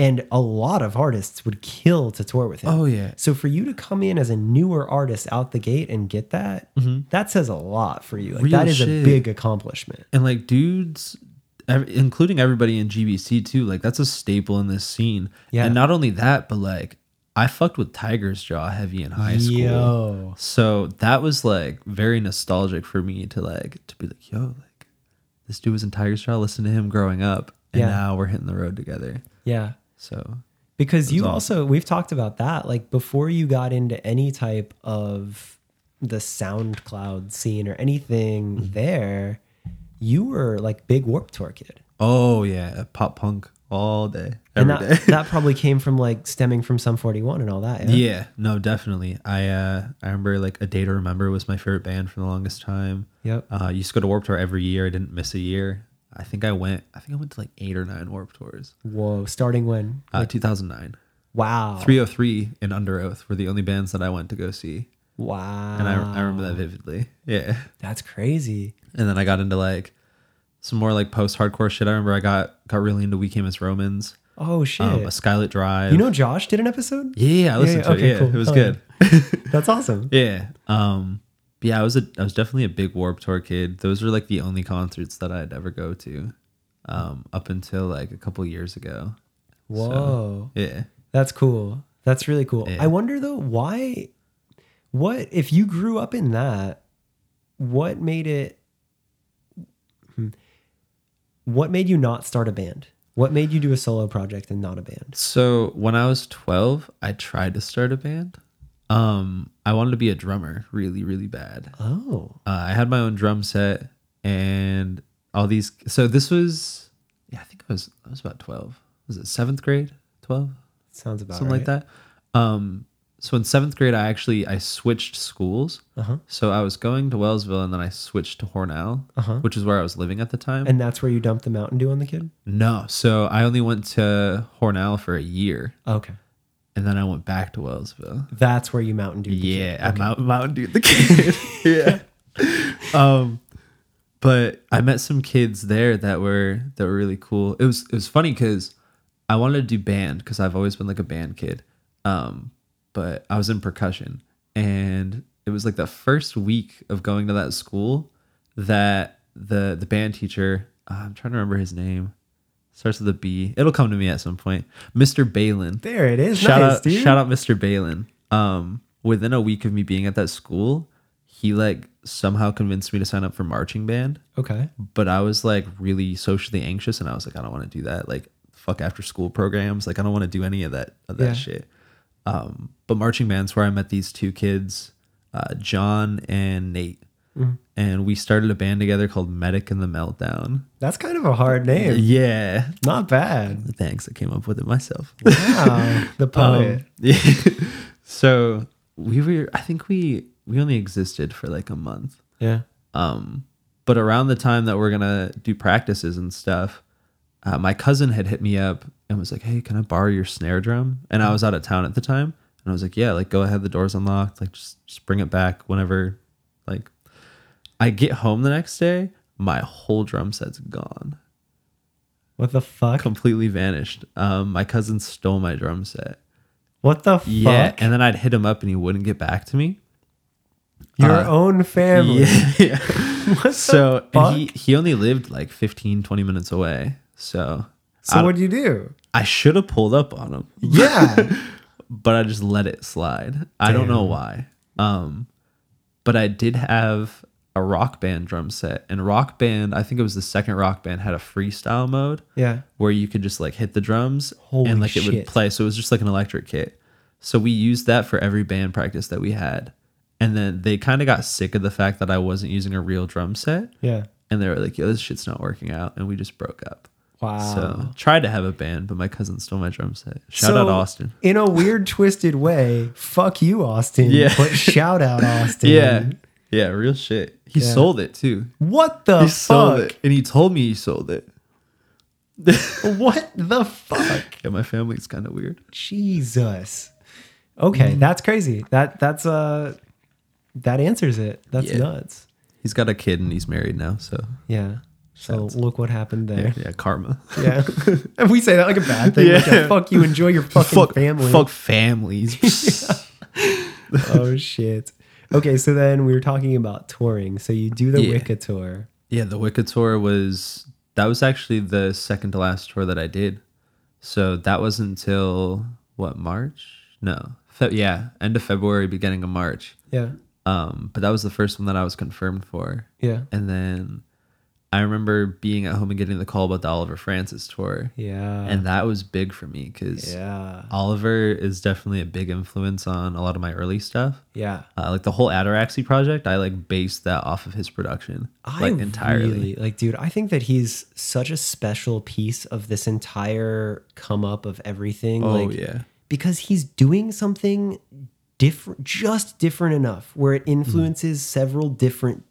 Speaker 2: and a lot of artists would kill to tour with him.
Speaker 1: Oh, yeah.
Speaker 2: So for you to come in as a newer artist out the gate and get that, that says a lot for you.
Speaker 1: Mm-hmm.
Speaker 2: Like
Speaker 1: Real
Speaker 2: that is a
Speaker 1: shit.
Speaker 2: big accomplishment.
Speaker 1: And like dudes, ev- including everybody in GBC too, like that's a staple in this scene.
Speaker 2: Yeah.
Speaker 1: And not only that, but like I fucked with Tiger's Jaw heavy in high school.
Speaker 2: Yo.
Speaker 1: So that was like very nostalgic for me to like to be like, yo, like this dude was in Tiger Straw, listen to him growing up, and
Speaker 2: Yeah.
Speaker 1: now we're hitting the road together.
Speaker 2: Yeah.
Speaker 1: So
Speaker 2: because you
Speaker 1: awesome.
Speaker 2: also we've talked about that like before you got into any type of the soundcloud scene or anything
Speaker 1: Mm-hmm.
Speaker 2: there you were like big warp tour kid
Speaker 1: oh yeah, pop punk all day.
Speaker 2: and
Speaker 1: every day.
Speaker 2: that, that probably came from like stemming from some 41 and all that yeah,
Speaker 1: yeah, no, definitely. I uh I remember like A Day to Remember was my favorite band for the longest time.
Speaker 2: yep
Speaker 1: Uh used to go to Warp Tour every year. I didn't miss a year. I think I went I think I went to like eight or nine Warp Tours.
Speaker 2: whoa starting when
Speaker 1: Uh, 2009.
Speaker 2: wow
Speaker 1: 303 and Under Oath were the only bands that I went to go see.
Speaker 2: wow
Speaker 1: And I, I remember
Speaker 2: Ah.
Speaker 1: that vividly. Yeah.
Speaker 2: that's crazy
Speaker 1: and then I got into like some more like post hardcore shit. I remember I got got really into We Came as Romans,
Speaker 2: oh shit
Speaker 1: um, a Skylit Drive.
Speaker 2: you know josh did an episode
Speaker 1: yeah, I listened
Speaker 2: yeah,
Speaker 1: to
Speaker 2: okay,
Speaker 1: it. Yeah,
Speaker 2: cool.
Speaker 1: it was
Speaker 2: Hell
Speaker 1: good.
Speaker 2: that's awesome
Speaker 1: yeah, um, but yeah, I was a I was definitely a big Warp Tour kid. Those were like the only concerts that I'd ever go to, um, up until like a couple years ago.
Speaker 2: whoa
Speaker 1: Yeah,
Speaker 2: That's cool. That's really cool.
Speaker 1: Yeah.
Speaker 2: I wonder though, why, what, if you grew up in that, what made it, hmm. what made you not start a band? What made you do a solo project and not a band?
Speaker 1: So when I was 12, I tried to start a band. Um, I wanted to be a drummer really, really bad.
Speaker 2: Oh,
Speaker 1: uh, I had my own drum set and all these. So this was, yeah, I think I was I was about twelve. Was it seventh grade? Twelve,
Speaker 2: sounds about
Speaker 1: something like that. Um, so in seventh grade, I actually I switched schools.
Speaker 2: Uh-huh.
Speaker 1: So I was going to Wellsville and then I switched to Hornell,
Speaker 2: Uh-huh.
Speaker 1: which is where I was living at the time.
Speaker 2: And that's where you dumped the Mountain Dew on the kid?
Speaker 1: no, so I only went to Hornell for a year
Speaker 2: Okay.
Speaker 1: and then I went back to Wellsville.
Speaker 2: That's where you Mountain Dew.
Speaker 1: Yeah, I Mount, Mountain Dew the kid. yeah. Um, but I met some kids there that were that were really cool. It was it was funny because I wanted to do band because I've always been like a band kid. Um, but I was in percussion, and it was like the first week of going to that school that the the band teacher uh, I'm trying to remember his name starts with a B. It'll come to me at some point. Mr. Balin
Speaker 2: There it is.
Speaker 1: shout
Speaker 2: nice,
Speaker 1: out
Speaker 2: dude.
Speaker 1: shout out Mr. Balin. Um within a week of me being at that school, he like somehow convinced me to sign up for marching band,
Speaker 2: Okay.
Speaker 1: but I was like really socially anxious and I was like I don't want to do that. Like fuck after school programs. Like I don't want to do any of that of that
Speaker 2: Yeah.
Speaker 1: shit. Um but marching band's where I met these two kids, uh John and Nate.
Speaker 2: Mm-hmm.
Speaker 1: And we started a band together called Medic and the Meltdown.
Speaker 2: That's kind of a hard name.
Speaker 1: Yeah.
Speaker 2: Not bad.
Speaker 1: Thanks. I came up with it myself.
Speaker 2: Wow. the poet.
Speaker 1: Um, so we were I think we we only existed for like a month.
Speaker 2: yeah.
Speaker 1: Um but around the time that we're going to do practices and stuff, uh, my cousin had hit me up and was like, "Hey, can I borrow your snare drum?" And I was out of town at the time. And And I was like, yeah, like go ahead, the door's unlocked, like just, just bring it back whenever. Like, I get home the next day, my whole drum set's gone,
Speaker 2: What the fuck?
Speaker 1: completely vanished. Um, my cousin stole my drum set.
Speaker 2: What the fuck?
Speaker 1: Yeah, and then I'd hit him up and he wouldn't get back to me.
Speaker 2: Your
Speaker 1: uh,
Speaker 2: own family.
Speaker 1: Yeah. yeah.
Speaker 2: What the
Speaker 1: so
Speaker 2: fuck?
Speaker 1: and he he only lived like 15 20 minutes away. So
Speaker 2: so what'd you do?
Speaker 1: I should have pulled up on him,
Speaker 2: Yeah.
Speaker 1: but I just let it slide. I don't know why. Um but I did have a rock band drum set and rock band, I think it was the second rock band had a freestyle mode
Speaker 2: yeah.
Speaker 1: where you could just like hit the drums
Speaker 2: Holy
Speaker 1: and like it
Speaker 2: shit.
Speaker 1: would play. So it was just like an electric kit. So we used that for every band practice that we had. And then they kind of got sick of the fact that I wasn't using a real drum set.
Speaker 2: Yeah.
Speaker 1: And they were like, yo, this shit's not working out. And we just broke up.
Speaker 2: Wow.
Speaker 1: So tried to have a band, but my cousin stole my drum set. Shout out
Speaker 2: So,
Speaker 1: Austin.
Speaker 2: In a weird, twisted way, fuck you, Austin.
Speaker 1: Yeah.
Speaker 2: But shout out, Austin.
Speaker 1: Yeah. Yeah, real shit. He
Speaker 2: Yeah.
Speaker 1: sold it too.
Speaker 2: What the
Speaker 1: He sold
Speaker 2: fuck?
Speaker 1: it. And he told me he sold it.
Speaker 2: What the fuck?
Speaker 1: Yeah, my family's kind of weird.
Speaker 2: Jesus. Okay,
Speaker 1: Mm.
Speaker 2: that's crazy. That that's uh that answers it. That's
Speaker 1: Yeah.
Speaker 2: nuts.
Speaker 1: He's got a kid and he's married now. So
Speaker 2: Yeah. So look what happened there.
Speaker 1: yeah, karma.
Speaker 2: Yeah. and we say that like a bad thing. Like,
Speaker 1: Yeah.
Speaker 2: fuck you, enjoy your fucking
Speaker 1: fuck
Speaker 2: family.
Speaker 1: Fuck families.
Speaker 2: Oh shit. Okay, so then we were talking about touring. So you do the
Speaker 1: Yeah.
Speaker 2: Wicca tour.
Speaker 1: yeah, the Wicca tour was that was actually the second to last tour that I did. So that was until what March? No, Fe- yeah, end of February, beginning of March.
Speaker 2: Yeah.
Speaker 1: Um, but that was the first one that I was confirmed for.
Speaker 2: Yeah.
Speaker 1: And then I remember being at home and getting the call about the Oliver Francis tour,
Speaker 2: Yeah.
Speaker 1: and that was big for me because
Speaker 2: yeah.
Speaker 1: Oliver is definitely a big influence on a lot of my early stuff.
Speaker 2: Yeah.
Speaker 1: Uh, like the whole Ataraxy project, I like based that off of his production,
Speaker 2: I
Speaker 1: like entirely.
Speaker 2: really- like, dude, I think that he's such a special piece of this entire come up of everything.
Speaker 1: oh
Speaker 2: like
Speaker 1: yeah,
Speaker 2: because he's doing something different just different enough where it influences several different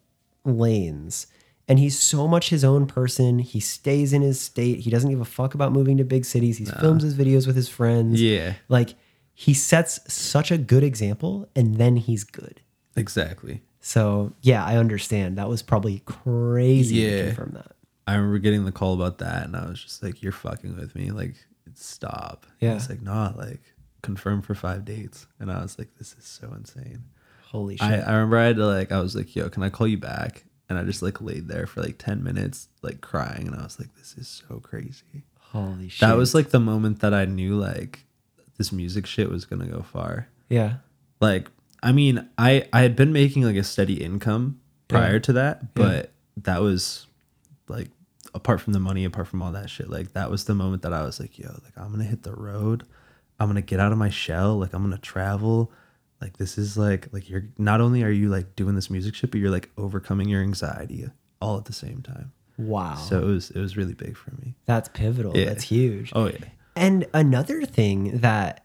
Speaker 2: lanes and he's so much his own person he stays in his state he doesn't give a fuck about moving to big cities he films his videos with his friends
Speaker 1: yeah,
Speaker 2: like he sets such a good example and then he's good
Speaker 1: exactly.
Speaker 2: so yeah i understand that was probably crazy to
Speaker 1: Yeah.
Speaker 2: confirm that
Speaker 1: I remember getting the call about that, and I was just like, "You're fucking with me!" Like, stop.
Speaker 2: Yeah.
Speaker 1: it's like nah, like confirmed for five dates, and I was like, "This is so insane."
Speaker 2: holy shit
Speaker 1: I, I remember I had to like, I was like, "Yo, can I call you back?" And I just like laid there for like ten minutes, like crying, and I was like, "This is so crazy."
Speaker 2: holy shit
Speaker 1: That was like the moment that I knew like this music shit was gonna go far.
Speaker 2: yeah
Speaker 1: like i mean i i had been making like a steady income prior to that but that was like apart from the money apart from all that shit like that was the moment that i was like yo like i'm gonna hit the road i'm gonna get out of my shell like i'm gonna travel like this is like like you're not only are you like doing this music shit but you're like overcoming your anxiety all at the same time
Speaker 2: wow
Speaker 1: so it was it was really big for me
Speaker 2: that's pivotal
Speaker 1: Yeah.
Speaker 2: that's huge
Speaker 1: oh yeah
Speaker 2: And another thing that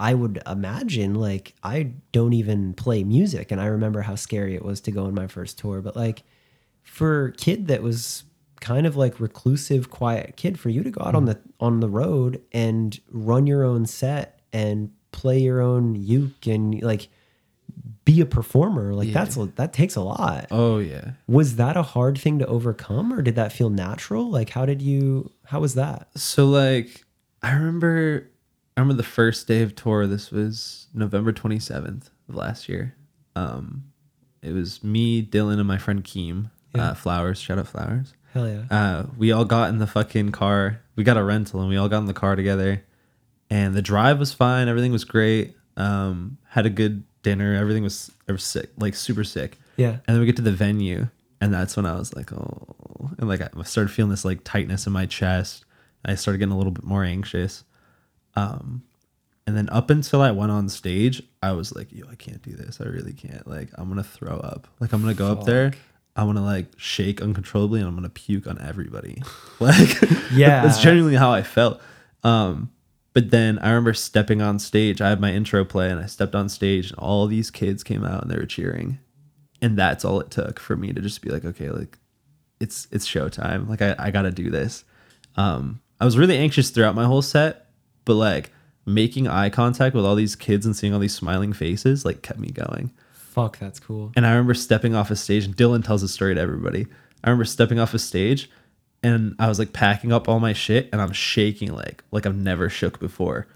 Speaker 2: I would imagine, like, I don't even play music, and I remember how scary it was to go on my first tour. But like, for a kid that was kind of like reclusive, quiet kid, for you to go out on the on the road and run your own set and play your own uke and like be a performer, like that's a- that takes a lot.
Speaker 1: oh yeah
Speaker 2: Was that a hard thing to overcome, or did that feel natural? Like, how did you? How was that?
Speaker 1: so like i remember i remember the first day of tour this was november 27th of last year um it was me dylan and my friend keem uh, flowers shout out flowers
Speaker 2: Hell yeah.
Speaker 1: uh we all got in the fucking car we got a rental and we all got in the car together and the drive was fine everything was great um had a good dinner everything was, it was sick like super sick
Speaker 2: Yeah.
Speaker 1: and then we get to the venue, and that's when I was like, oh, and like I started feeling this like tightness in my chest. and I started getting a little bit more anxious. Um, and then up until I went on stage, I was like, yo, I can't do this. I really can't. Like, I'm gonna throw up. Like, I'm gonna go up there. I'm gonna like shake uncontrollably, and I'm gonna puke on everybody. Like,
Speaker 2: Yeah.
Speaker 1: that's genuinely how I felt. Um, but then I remember stepping on stage. I had my intro play, and I stepped on stage, and all these kids came out and they were cheering and that's all it took for me to just be like okay like it's it's showtime like i, I gotta do this um i was really anxious throughout my whole set but like making eye contact with all these kids and seeing all these smiling faces like kept me going.
Speaker 2: Fuck, that's cool.
Speaker 1: And I remember stepping off a stage, and Dylan tells a story to everybody. I remember stepping off a stage and I was like packing up all my shit and I'm shaking like like I've never shook before.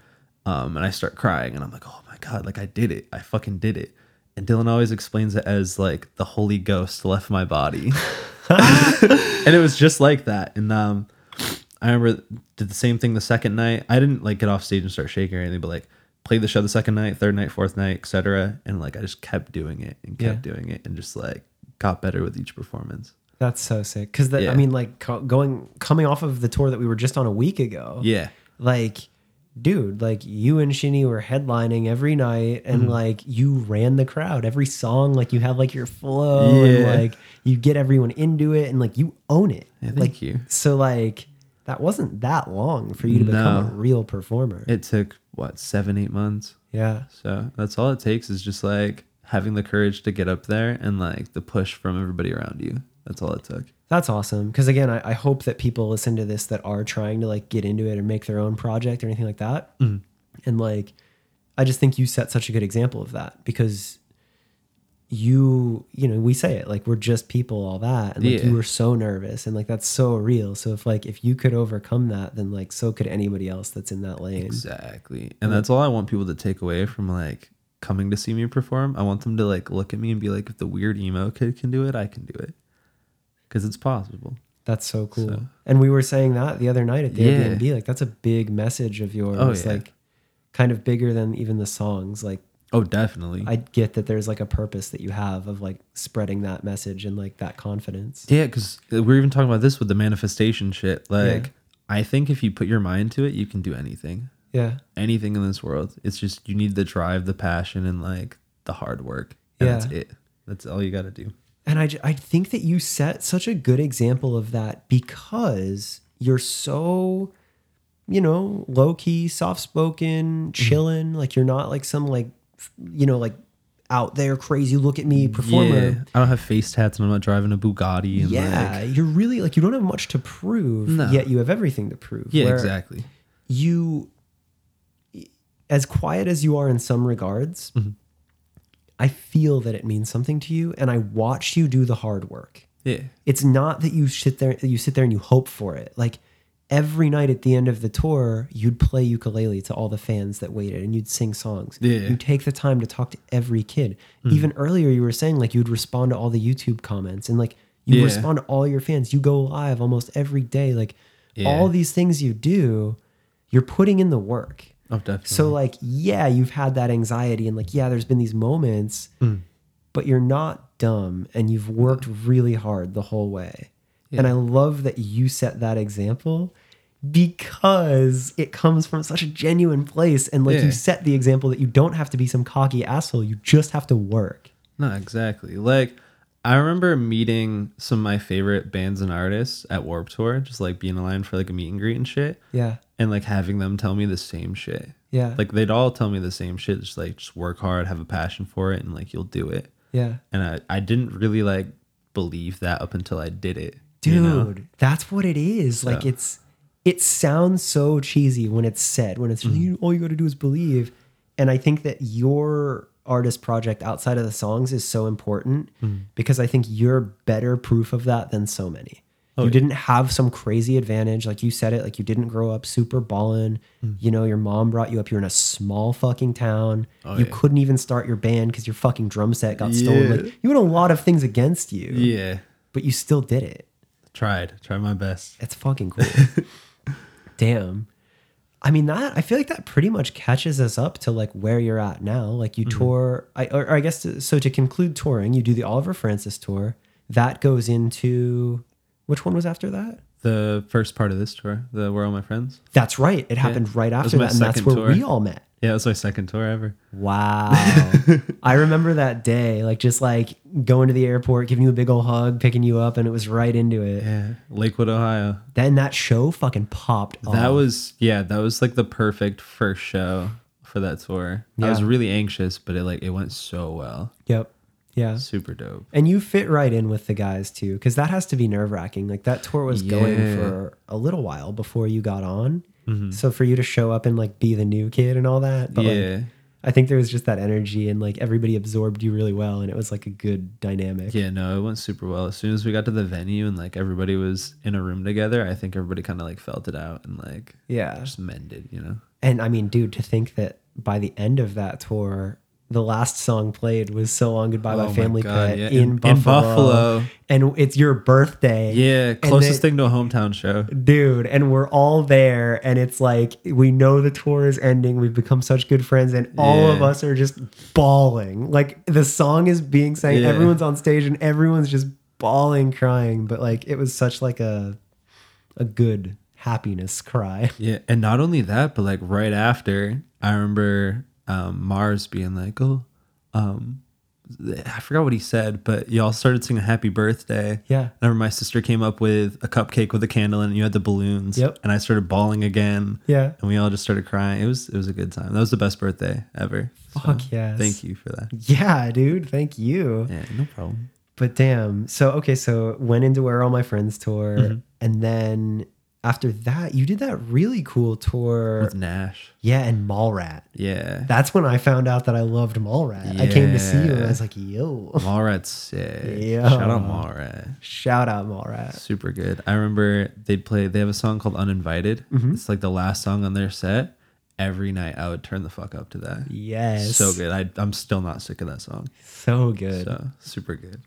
Speaker 1: Um, and I start crying and I'm like, oh my God, like I did it. I fucking did it. And Dylan always explains it as like the Holy Ghost left my body. and it was just like that. And um, I remember did the same thing the second night. I didn't like get off stage and start shaking or anything, but like played the show the second night, third night, fourth night, etc. And like I just kept doing it and kept doing it and just like got better with each performance.
Speaker 2: That's so sick. Because
Speaker 1: Yeah.
Speaker 2: I mean, like co- going coming off of the tour that we were just on a week ago.
Speaker 1: Yeah.
Speaker 2: like dude like you and shinny were headlining every night and
Speaker 1: Mm-hmm.
Speaker 2: like you ran the crowd every song like you have like your flow and
Speaker 1: Yeah.
Speaker 2: like you get everyone into it and like you own it
Speaker 1: Yeah, thank
Speaker 2: like
Speaker 1: you.
Speaker 2: so like that wasn't that long for you to become a
Speaker 1: No.
Speaker 2: real performer
Speaker 1: It took what, seven, eight months?
Speaker 2: yeah
Speaker 1: So that's all it takes is just like having the courage to get up there and like the push from everybody around you. That's all it took.
Speaker 2: that's awesome because again I, I hope that people listen to this that are trying to like get into it or make their own project or anything like that
Speaker 1: Mm-hmm.
Speaker 2: and like i just think you set such a good example of that because you you know we say it like we're just people all that and like
Speaker 1: Yeah.
Speaker 2: you were so nervous and like that's so real so if like if you could overcome that then like so could anybody else that's in that lane
Speaker 1: Exactly. And that's all I want people to take away from like coming to see me perform. I want them to like look at me and be like, if the weird emo kid can do it, I can do it. Cause it's possible.
Speaker 2: That's so cool.
Speaker 1: So-
Speaker 2: And we were saying that the other night at the
Speaker 1: Yeah.
Speaker 2: Airbnb. Like that's a big message of yours.
Speaker 1: Oh, yeah.
Speaker 2: Like kind of bigger than even the songs. Like
Speaker 1: Oh, definitely.
Speaker 2: I get that there's like a purpose that you have of like spreading that message and like that confidence.
Speaker 1: Yeah, because we're even talking about this with the manifestation shit. Like, I think if you put your mind to it, you can do anything,
Speaker 2: Yeah.
Speaker 1: anything in this world. It's just you need the drive, the passion, and like the hard work. And That's
Speaker 2: Yeah.
Speaker 1: it. That's all you got to do.
Speaker 2: And I, ju- I think that you set such a good example of that because you're so, you know, low key, soft
Speaker 1: Mm-hmm.
Speaker 2: spoken, chillin'. Like you're not like some like, f- you know, like out there crazy look at me performer.
Speaker 1: Yeah, I don't have face tats, and I'm not driving a Bugatti. And
Speaker 2: Yeah,
Speaker 1: like,
Speaker 2: you're really like you don't have much to prove,
Speaker 1: No.
Speaker 2: yet you have everything to prove.
Speaker 1: yeah,
Speaker 2: where
Speaker 1: exactly.
Speaker 2: You, as quiet as you are in some regards, I feel that it means something to you, and I watch you do the hard work.
Speaker 1: Yeah,
Speaker 2: It's not that you sit there, you sit there and you hope for it. Like every night at the end of the tour, you'd play ukulele to all the fans that waited, and you'd sing songs.
Speaker 1: Yeah. Hmm.
Speaker 2: You take the time to talk to every kid. Even earlier, you were saying like you'd respond to all the YouTube comments and like you
Speaker 1: Yeah.
Speaker 2: respond to all your fans. You go live almost every day. Like
Speaker 1: Yeah.
Speaker 2: all these things you do, you're putting in the work.
Speaker 1: oh, definitely.
Speaker 2: So like, yeah, you've had that anxiety and like, yeah, there's been these moments,
Speaker 1: Mm.
Speaker 2: but you're not dumb and you've
Speaker 1: Mm-hmm.
Speaker 2: worked really hard the whole way. And I love that you set that example because it comes from such a genuine place and like
Speaker 1: Yeah.
Speaker 2: you set the example that you don't have to be some cocky asshole, you just have to work.
Speaker 1: No, exactly. Like I remember meeting some of my favorite bands and artists at Warp Tour, just like being in line for like a meet and greet and shit,
Speaker 2: Yeah.
Speaker 1: and like having them tell me the same shit.
Speaker 2: Yeah.
Speaker 1: Like they'd all tell me the same shit, just like just work hard, have a passion for it, and like you'll do it.
Speaker 2: yeah.
Speaker 1: And I, I didn't really like believe that up until I did it.
Speaker 2: dude
Speaker 1: you know?
Speaker 2: that's what it is like it's it sounds so cheesy when it's said when it's
Speaker 1: Mm-hmm.
Speaker 2: "You- all you got to do is believe and i think that your artist project outside of the songs is so important
Speaker 1: Mm-hmm.
Speaker 2: because i think you're better proof of that than so many
Speaker 1: Oh,
Speaker 2: you didn't have some crazy advantage like you said it like you didn't grow up super ballin
Speaker 1: Mm.
Speaker 2: you know your mom brought you up you're in a small fucking town you
Speaker 1: Oh, yeah.
Speaker 2: couldn't even start your band because your fucking drum set got stolen
Speaker 1: Yeah.
Speaker 2: like you had a lot of things against you
Speaker 1: Yeah.
Speaker 2: but you still did it
Speaker 1: Tried. Tried my best.
Speaker 2: it's fucking cool. Damn. I mean that I feel like that pretty much catches us up to like where you're at now. Like you
Speaker 1: Mm-hmm.
Speaker 2: tour I or, or I guess to, so to conclude touring, you do the Oliver Francis tour. That goes into which one was after that?
Speaker 1: The first part of this tour, the Where All My Friends.
Speaker 2: That's right. It happened right after
Speaker 1: my
Speaker 2: that, and that's
Speaker 1: second
Speaker 2: where
Speaker 1: tour.
Speaker 2: we all met.
Speaker 1: Yeah, it was my second tour ever.
Speaker 2: Wow. I remember that day, like just like going to the airport, giving you a big old hug, picking you up, and it was right into it.
Speaker 1: Yeah. Lakewood, Ohio.
Speaker 2: Then that show fucking popped off.
Speaker 1: That was yeah, that was like the perfect first show for that tour. I was
Speaker 2: Yeah.
Speaker 1: really anxious, but it like it went so well.
Speaker 2: Yep. Yeah.
Speaker 1: Super dope.
Speaker 2: And you fit right in with the guys too, because that has to be nerve wracking. Like that tour was going
Speaker 1: Yeah. Mm-hmm.
Speaker 2: for a little while before you got on. So for you to show up and like be the new kid and all that, but like
Speaker 1: yeah.
Speaker 2: I think there was just that energy and like everybody absorbed you really well and it was like a good dynamic.
Speaker 1: Yeah, no, it went super well. As soon as we got to the venue and like everybody was in a room together, I think everybody kind of like felt it out and like
Speaker 2: Yeah.
Speaker 1: just mended, you know?
Speaker 2: And I mean, dude, to think that by the end of that tour, the last song played was "So Long Goodbye"
Speaker 1: Oh
Speaker 2: by
Speaker 1: my
Speaker 2: Family
Speaker 1: God,
Speaker 2: Pet
Speaker 1: yeah.
Speaker 2: in,
Speaker 1: In- in
Speaker 2: Buffalo,
Speaker 1: Buffalo.
Speaker 2: and it's your birthday.
Speaker 1: Yeah,
Speaker 2: they-
Speaker 1: closest thing to a hometown show.
Speaker 2: dude and we're all there and it's like we know the tour is ending we've become such good friends and all of
Speaker 1: Yeah.
Speaker 2: us are just bawling like the song is being sang
Speaker 1: Yeah.
Speaker 2: everyone's on stage and everyone's just bawling crying but like it was such like a a good happiness cry
Speaker 1: Yeah, and not only that, but like right after, I remember um, Mars being like, "Oh, um, I forgot what he said, but y'all started singing Happy Birthday."
Speaker 2: Yeah.
Speaker 1: I remember my sister came up with a cupcake with a candle, and you had the balloons.
Speaker 2: Yep.
Speaker 1: and I started bawling again.
Speaker 2: yeah
Speaker 1: and we all just started crying. It was it was a good time. That was the best birthday ever. So,
Speaker 2: Fuck yes.
Speaker 1: Uh-huh. Thank you for that.
Speaker 2: yeah dude thank you
Speaker 1: Yeah, no problem.
Speaker 2: But damn. So okay, so went into Where Are All My Friends tour,
Speaker 1: Mm-hmm.
Speaker 2: and then after that, you did that really cool tour.
Speaker 1: With Nash,
Speaker 2: yeah, and Mallrat.
Speaker 1: yeah,
Speaker 2: That's when I found out that I loved Mallrat. I came to see you, and I
Speaker 1: Yeah.
Speaker 2: was like, "Yo,
Speaker 1: Mallrat's sick.
Speaker 2: Yeah.
Speaker 1: shout out Mallrat.
Speaker 2: shout out Mallrat."
Speaker 1: Super good. I remember they'd play. They have a song called "Uninvited."
Speaker 2: Mm-hmm.
Speaker 1: It's like the last song on their set. Every night, I would turn the fuck up to that.
Speaker 2: Yes,
Speaker 1: So good. I, I'm still not sick of that song.
Speaker 2: so good.
Speaker 1: So super good.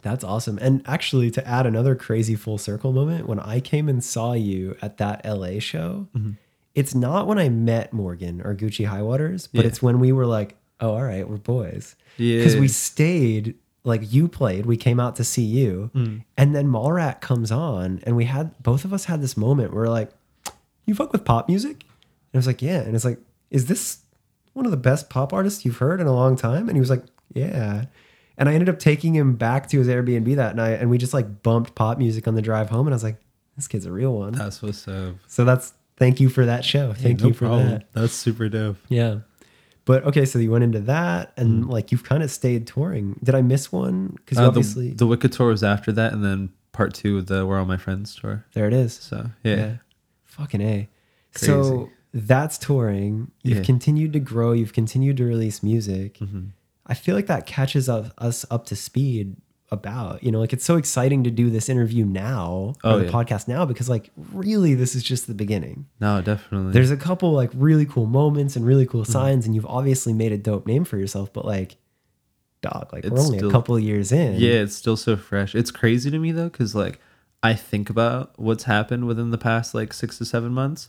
Speaker 2: That's awesome. And actually, to add another crazy full circle moment, when I came and saw you at that LA show,
Speaker 1: Mm-hmm.
Speaker 2: it's not when I met Morgan or Gucci Highwaters, but
Speaker 1: Yeah.
Speaker 2: it's when we were like, oh, all right, we're boys. Because
Speaker 1: Yeah.
Speaker 2: we stayed, like you played, we came out to see you. And then Mallrat comes on, and we had both of us had this moment where, like, you fuck with pop music? And I was like, yeah. And it's like, is this one of the best pop artists you've heard in a long time? And he was like, yeah. And I ended up taking him back to his Airbnb that night and we just like bumped pop music on the drive home. And I was like, this kid's a real one.
Speaker 1: That's what's up.
Speaker 2: So that's thank you for that show. Thank you for that.
Speaker 1: That's super dope.
Speaker 2: Yeah. But okay, so you went into that and like you've kind of stayed touring. Did I miss one? Because
Speaker 1: Mm. Uh,
Speaker 2: obviously,
Speaker 1: the, the Wicked tour was after that, and then part two of the Where All My Friends tour.
Speaker 2: there it is.
Speaker 1: So yeah,
Speaker 2: Yeah. Fucking A.
Speaker 1: Crazy.
Speaker 2: So that's touring. You've
Speaker 1: Yeah. Mm-hmm.
Speaker 2: continued to grow. You've continued to release music. I feel like that catches up, us up to speed about, you know, like it's so exciting to do this interview now, or
Speaker 1: Oh,
Speaker 2: the
Speaker 1: yeah.
Speaker 2: podcast now, because like really this is just the beginning.
Speaker 1: no, definitely.
Speaker 2: There's a couple like really cool moments and really
Speaker 1: Mm-hmm.
Speaker 2: cool signs, and you've obviously made a dope name for yourself, but like, dog, like we're
Speaker 1: It's
Speaker 2: only a
Speaker 1: still-
Speaker 2: couple years in.
Speaker 1: Yeah, it's still so fresh. It's crazy to me though, because like I think about what's happened within the past like six to seven months,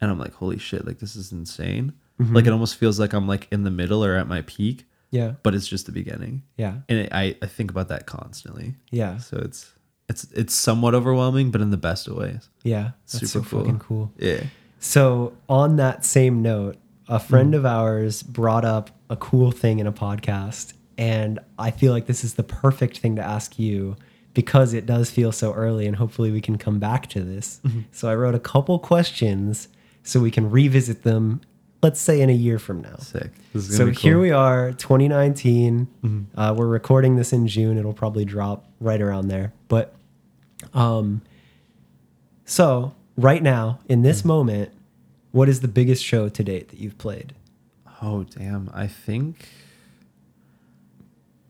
Speaker 1: and I'm like, holy shit, like this is insane.
Speaker 2: Mm-hmm.
Speaker 1: Like it almost feels like I'm like in the middle or at my peak,
Speaker 2: Yeah.
Speaker 1: but it's just the beginning.
Speaker 2: Yeah.
Speaker 1: And it, I I think about that constantly.
Speaker 2: Yeah.
Speaker 1: So it's it's it's somewhat overwhelming, but in the best of ways.
Speaker 2: Yeah. That's
Speaker 1: Super
Speaker 2: so
Speaker 1: cool.
Speaker 2: fucking cool.
Speaker 1: Yeah.
Speaker 2: So, on that same note, a
Speaker 1: Mm.
Speaker 2: friend of ours brought up a cool thing in a podcast. And I feel like this is the perfect thing to ask you because it does feel so early. And hopefully, we can come back to this.
Speaker 1: Mm-hmm.
Speaker 2: So, I wrote a couple questions so we can revisit them, let's say in a year from now.
Speaker 1: Sick. This is
Speaker 2: So,
Speaker 1: gonna be
Speaker 2: here
Speaker 1: cool. Mm-hmm.
Speaker 2: we are, 2019. Uh, we're recording this in June. It'll probably drop right around there. But um, so, right now, in
Speaker 1: Mm-hmm.
Speaker 2: this moment, what is the biggest show to date that you've played?
Speaker 1: Oh damn! I think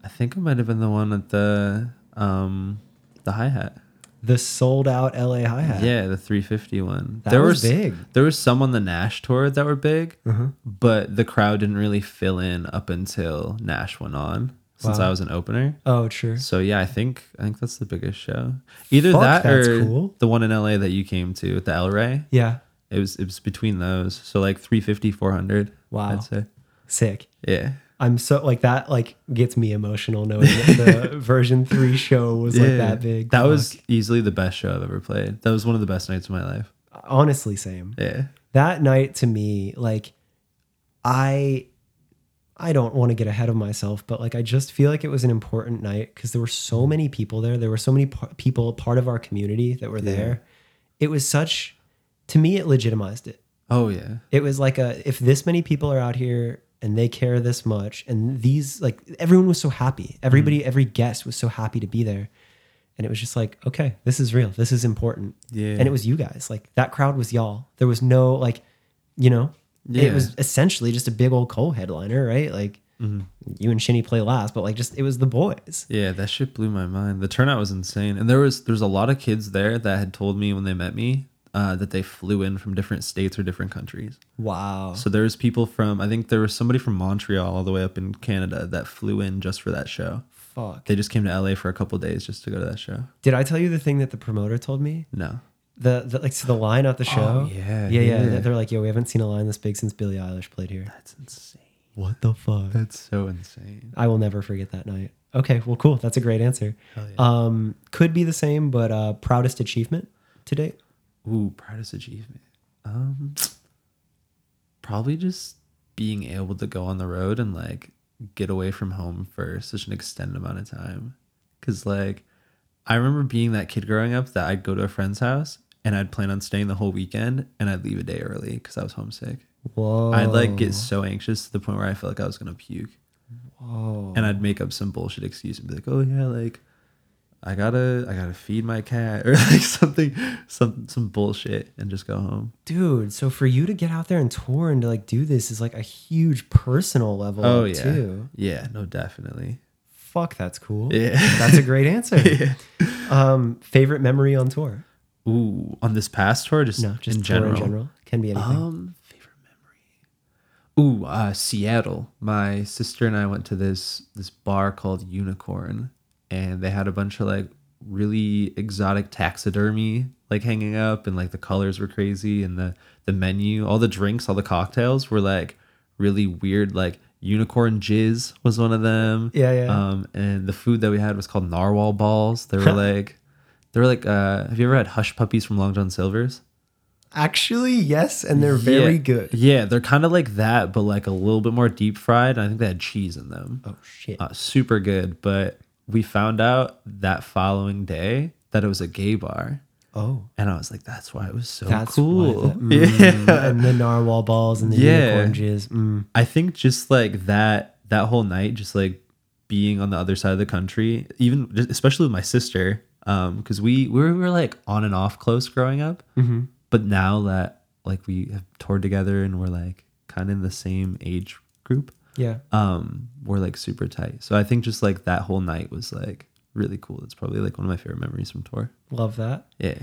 Speaker 1: I think I might have been the one at the um the hi hat.
Speaker 2: The sold out LA Hi Hat.
Speaker 1: Yeah, the 350 one.
Speaker 2: That
Speaker 1: there
Speaker 2: was
Speaker 1: was
Speaker 2: big. Uh-huh.
Speaker 1: There was some on the Nash tour that were big, but the crowd didn't really fill in up until Nash went on. Since
Speaker 2: Wow.
Speaker 1: I was an opener,
Speaker 2: Oh, true.
Speaker 1: so yeah, I think I think that's the biggest show. Either
Speaker 2: Fuck,
Speaker 1: that
Speaker 2: that's
Speaker 1: or
Speaker 2: cool.
Speaker 1: the one in LA that you came to at the El Rey.
Speaker 2: Yeah.
Speaker 1: It was it was between those, so like 350, 400.
Speaker 2: Wow.
Speaker 1: I'd say.
Speaker 2: Sick.
Speaker 1: Yeah,
Speaker 2: I'm so like that like gets me emotional knowing that the version 3 show was like that big.
Speaker 1: That
Speaker 2: Fuck.
Speaker 1: was easily the best show I've ever played. That was one of the best nights of my life.
Speaker 2: honestly same.
Speaker 1: Yeah.
Speaker 2: that night to me like i i don't want to get ahead of myself but like i just feel like it was an important night because there were so many people there there were so many par- people part of our community that were there it was such to me it legitimized it
Speaker 1: Oh yeah.
Speaker 2: it was like a if this many people are out here and they care this much and these like everyone was so happy everybody every guest was so happy to be there and it was just like, okay, this is real. This is important.
Speaker 1: Yeah.
Speaker 2: And it was you guys. Like that crowd was y'all. There was no like, you know,
Speaker 1: Yeah.
Speaker 2: it was essentially just a big old Cole headliner, right? Like you and Shinny play last, but like just it was the boys.
Speaker 1: Yeah, that shit blew my mind. The turnout was insane, and there was there's a lot of kids there that had told me when they met me uh, that they flew in from different states or different countries.
Speaker 2: Wow.
Speaker 1: So there was people from I think there was somebody from Montreal all the way up in Canada that flew in just for that show.
Speaker 2: Fuck.
Speaker 1: They just came to LA for a couple days just to go to that show.
Speaker 2: Did I tell you the thing that the promoter told me?
Speaker 1: No,
Speaker 2: The, the like so the line at the show.
Speaker 1: Oh, yeah,
Speaker 2: yeah, yeah.
Speaker 1: yeah.
Speaker 2: They're like, yo, we haven't seen a line this big since Billie Eilish played here.
Speaker 1: that's insane.
Speaker 2: What the fuck?
Speaker 1: That's so insane.
Speaker 2: I will never forget that night. Okay, well, cool. That's a great answer.
Speaker 1: Hell yeah.
Speaker 2: Um, could be the same, but uh, proudest achievement to date.
Speaker 1: Ooh, proudest achievement. Um, probably just being able to go on the road and like get away from home for such an extended amount of time. Cause like, I remember being that kid growing up that I'd go to a friend's house and I'd plan on staying the whole weekend and I'd leave a day early because I was homesick.
Speaker 2: Whoa!
Speaker 1: I'd like get so anxious to the point where I felt like I was gonna puke.
Speaker 2: Whoa.
Speaker 1: and I'd make up some bullshit excuse and be like, "Oh yeah, like I gotta, I gotta feed my cat or like something, some some bullshit," and just go home.
Speaker 2: dude. So for you to get out there and tour and to like do this is like a huge personal level.
Speaker 1: Oh yeah,
Speaker 2: Too.
Speaker 1: yeah, no, definitely,
Speaker 2: Fuck, that's cool.
Speaker 1: yeah.
Speaker 2: That's a great answer. Um, favorite memory on tour?
Speaker 1: Ooh, on this past tour, just,
Speaker 2: No, just
Speaker 1: in,
Speaker 2: tour
Speaker 1: general.
Speaker 2: in general. Can be anything.
Speaker 1: Um, favorite memory. Ooh, uh, Seattle. My sister and I went to this this bar called Unicorn, and they had a bunch of like really exotic taxidermy like hanging up, and like the colors were crazy, and the the menu, all the drinks, all the cocktails were like really weird. Like unicorn jizz was one of them.
Speaker 2: Yeah, yeah.
Speaker 1: Um, and the food that we had was called narwhal balls. They were like. They were like, uh, have you ever had hush puppies from Long John Silver's?
Speaker 2: Actually, yes, and they're very
Speaker 1: yeah.
Speaker 2: good.
Speaker 1: Yeah, they're kind of like that, but like a little bit more deep fried. And I think they had cheese in them.
Speaker 2: Oh shit!
Speaker 1: Uh, super good. But we found out that following day that it was a gay bar.
Speaker 2: oh,
Speaker 1: And I was like, that's why it was so
Speaker 2: that's Mm.
Speaker 1: cool.
Speaker 2: cool. yeah, and the narwhal balls and the
Speaker 1: Yeah.
Speaker 2: unicorn jizz. Mm.
Speaker 1: I think just like that, that whole night, just like being on the other side of the country, even just, especially with my sister, because we, we, were, we were like on and off close growing up.
Speaker 2: Mm-hmm.
Speaker 1: But now that like we have toured together and we're like kind of in the same age group,
Speaker 2: Yeah.
Speaker 1: um were like super tight so i think just like that whole night was like really cool it's probably like one of my favorite memories from tour
Speaker 2: Love that.
Speaker 1: yeah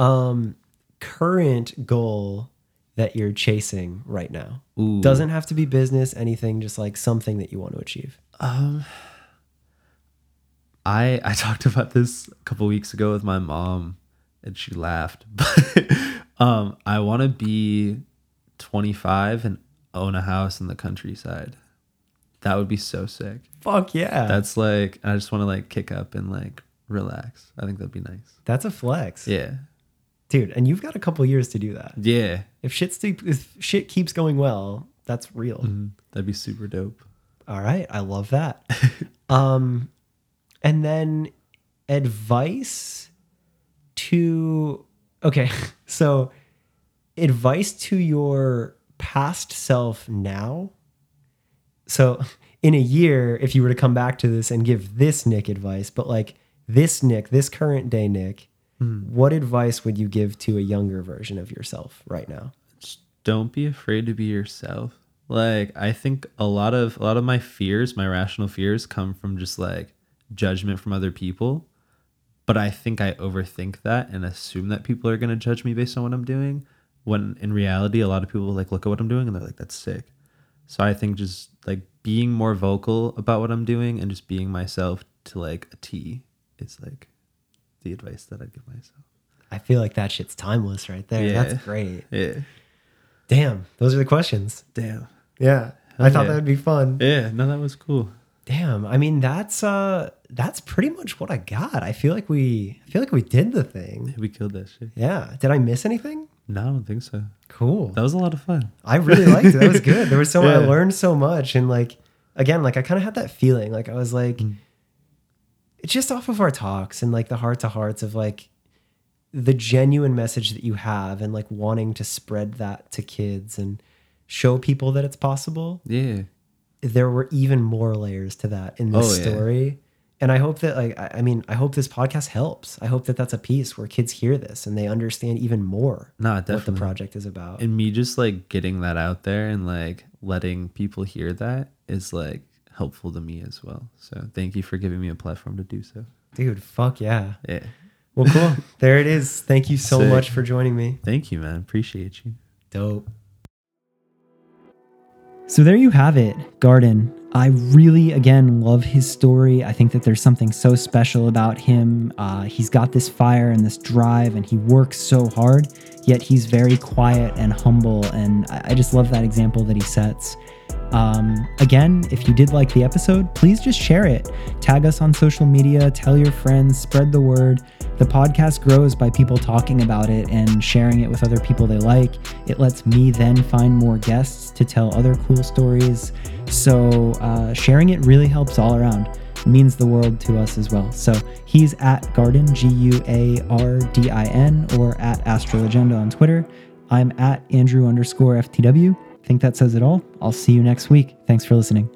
Speaker 2: Um, current goal that you're chasing right now
Speaker 1: Ooh.
Speaker 2: doesn't have to be business, anything, just like something that you want to achieve.
Speaker 1: i i talked about this a couple weeks ago with my mom and she laughed but um i want to be 25 and own a house in the countryside that would be so sick
Speaker 2: Fuck yeah, that's,
Speaker 1: that's like i just want to like kick up and like relax i think that'd be nice
Speaker 2: a flex,
Speaker 1: yeah
Speaker 2: dude. And you've got a couple years to do that.
Speaker 1: yeah
Speaker 2: If shit st- if shit keeps going well, that's real.
Speaker 1: Mm, that'd be super dope
Speaker 2: All right, I love that. um, and then advice to okay, so advice to your past self now. So in a year, if you were to come back to this and give this Nick advice, but like this Nick, this current day Nick, what advice would you give to a younger version of yourself right now?
Speaker 1: just don't be afraid to be yourself. Like I think a lot of a lot of my fears, my rational fears come from just like judgment from other people. But I think I overthink that and assume that people are going to judge me based on what I'm doing when in reality a lot of people like look at what I'm doing and they're like that's sick. So I think just like being more vocal about what I'm doing and just being myself to like a T is like the advice that I'd give myself.
Speaker 2: I feel like that shit's timeless right there.
Speaker 1: Yeah.
Speaker 2: That's great.
Speaker 1: Yeah.
Speaker 2: Damn, those are the questions.
Speaker 1: Damn.
Speaker 2: Oh, Yeah. I thought
Speaker 1: yeah.
Speaker 2: that would be fun.
Speaker 1: Yeah, no that was cool.
Speaker 2: Damn. I mean, that's uh that's pretty much what I got. I feel like we I feel like we did the thing.
Speaker 1: We killed that shit.
Speaker 2: Yeah. Did I miss anything?
Speaker 1: No, I don't think so.
Speaker 2: Cool.
Speaker 1: That was a lot of fun.
Speaker 2: I really liked it. That was good. There was so I
Speaker 1: Yeah.
Speaker 2: learned so much and like again, like I kind of had that feeling like I was like just off of our talks and like the heart to hearts of like the genuine message that you have and like wanting to spread that to kids and show people that it's possible.
Speaker 1: Yeah.
Speaker 2: there were even more layers to that in this
Speaker 1: Oh, yeah.
Speaker 2: story
Speaker 3: and I hope that like I I mean I hope this podcast helps. I hope that that's a piece where kids hear this and they understand even more
Speaker 1: No,
Speaker 3: what the
Speaker 1: definitely.
Speaker 3: project is about.
Speaker 1: and me just like getting that out there and like letting people hear that is like helpful to me as well. So thank you for giving me a platform to do so.
Speaker 3: Dude, fuck yeah.
Speaker 1: Yeah.
Speaker 3: Well, cool. there it is. Thank you so
Speaker 1: Sick.
Speaker 3: much for joining me.
Speaker 1: Thank you, man. Appreciate you.
Speaker 3: Dope.
Speaker 2: So there you have it, Garden. I really, again, love his story. I think that there's something so special about him. Uh, he's got this fire and this drive, and he works so hard, yet he's very quiet and humble. And I, I just love that example that he sets. Um, again, if you did like the episode, please just share it. Tag us on social media, tell your friends, spread the word. The podcast grows by people talking about it and sharing it with other people they like. It lets me then find more guests to tell other cool stories. So, uh, sharing it really helps all around. It means the world to us as well. So, he's at Garden, G U A R D I N, or at Astro Agenda on Twitter. I'm at Andrew underscore FTW. I think that says it all. I'll see you next week. Thanks for listening.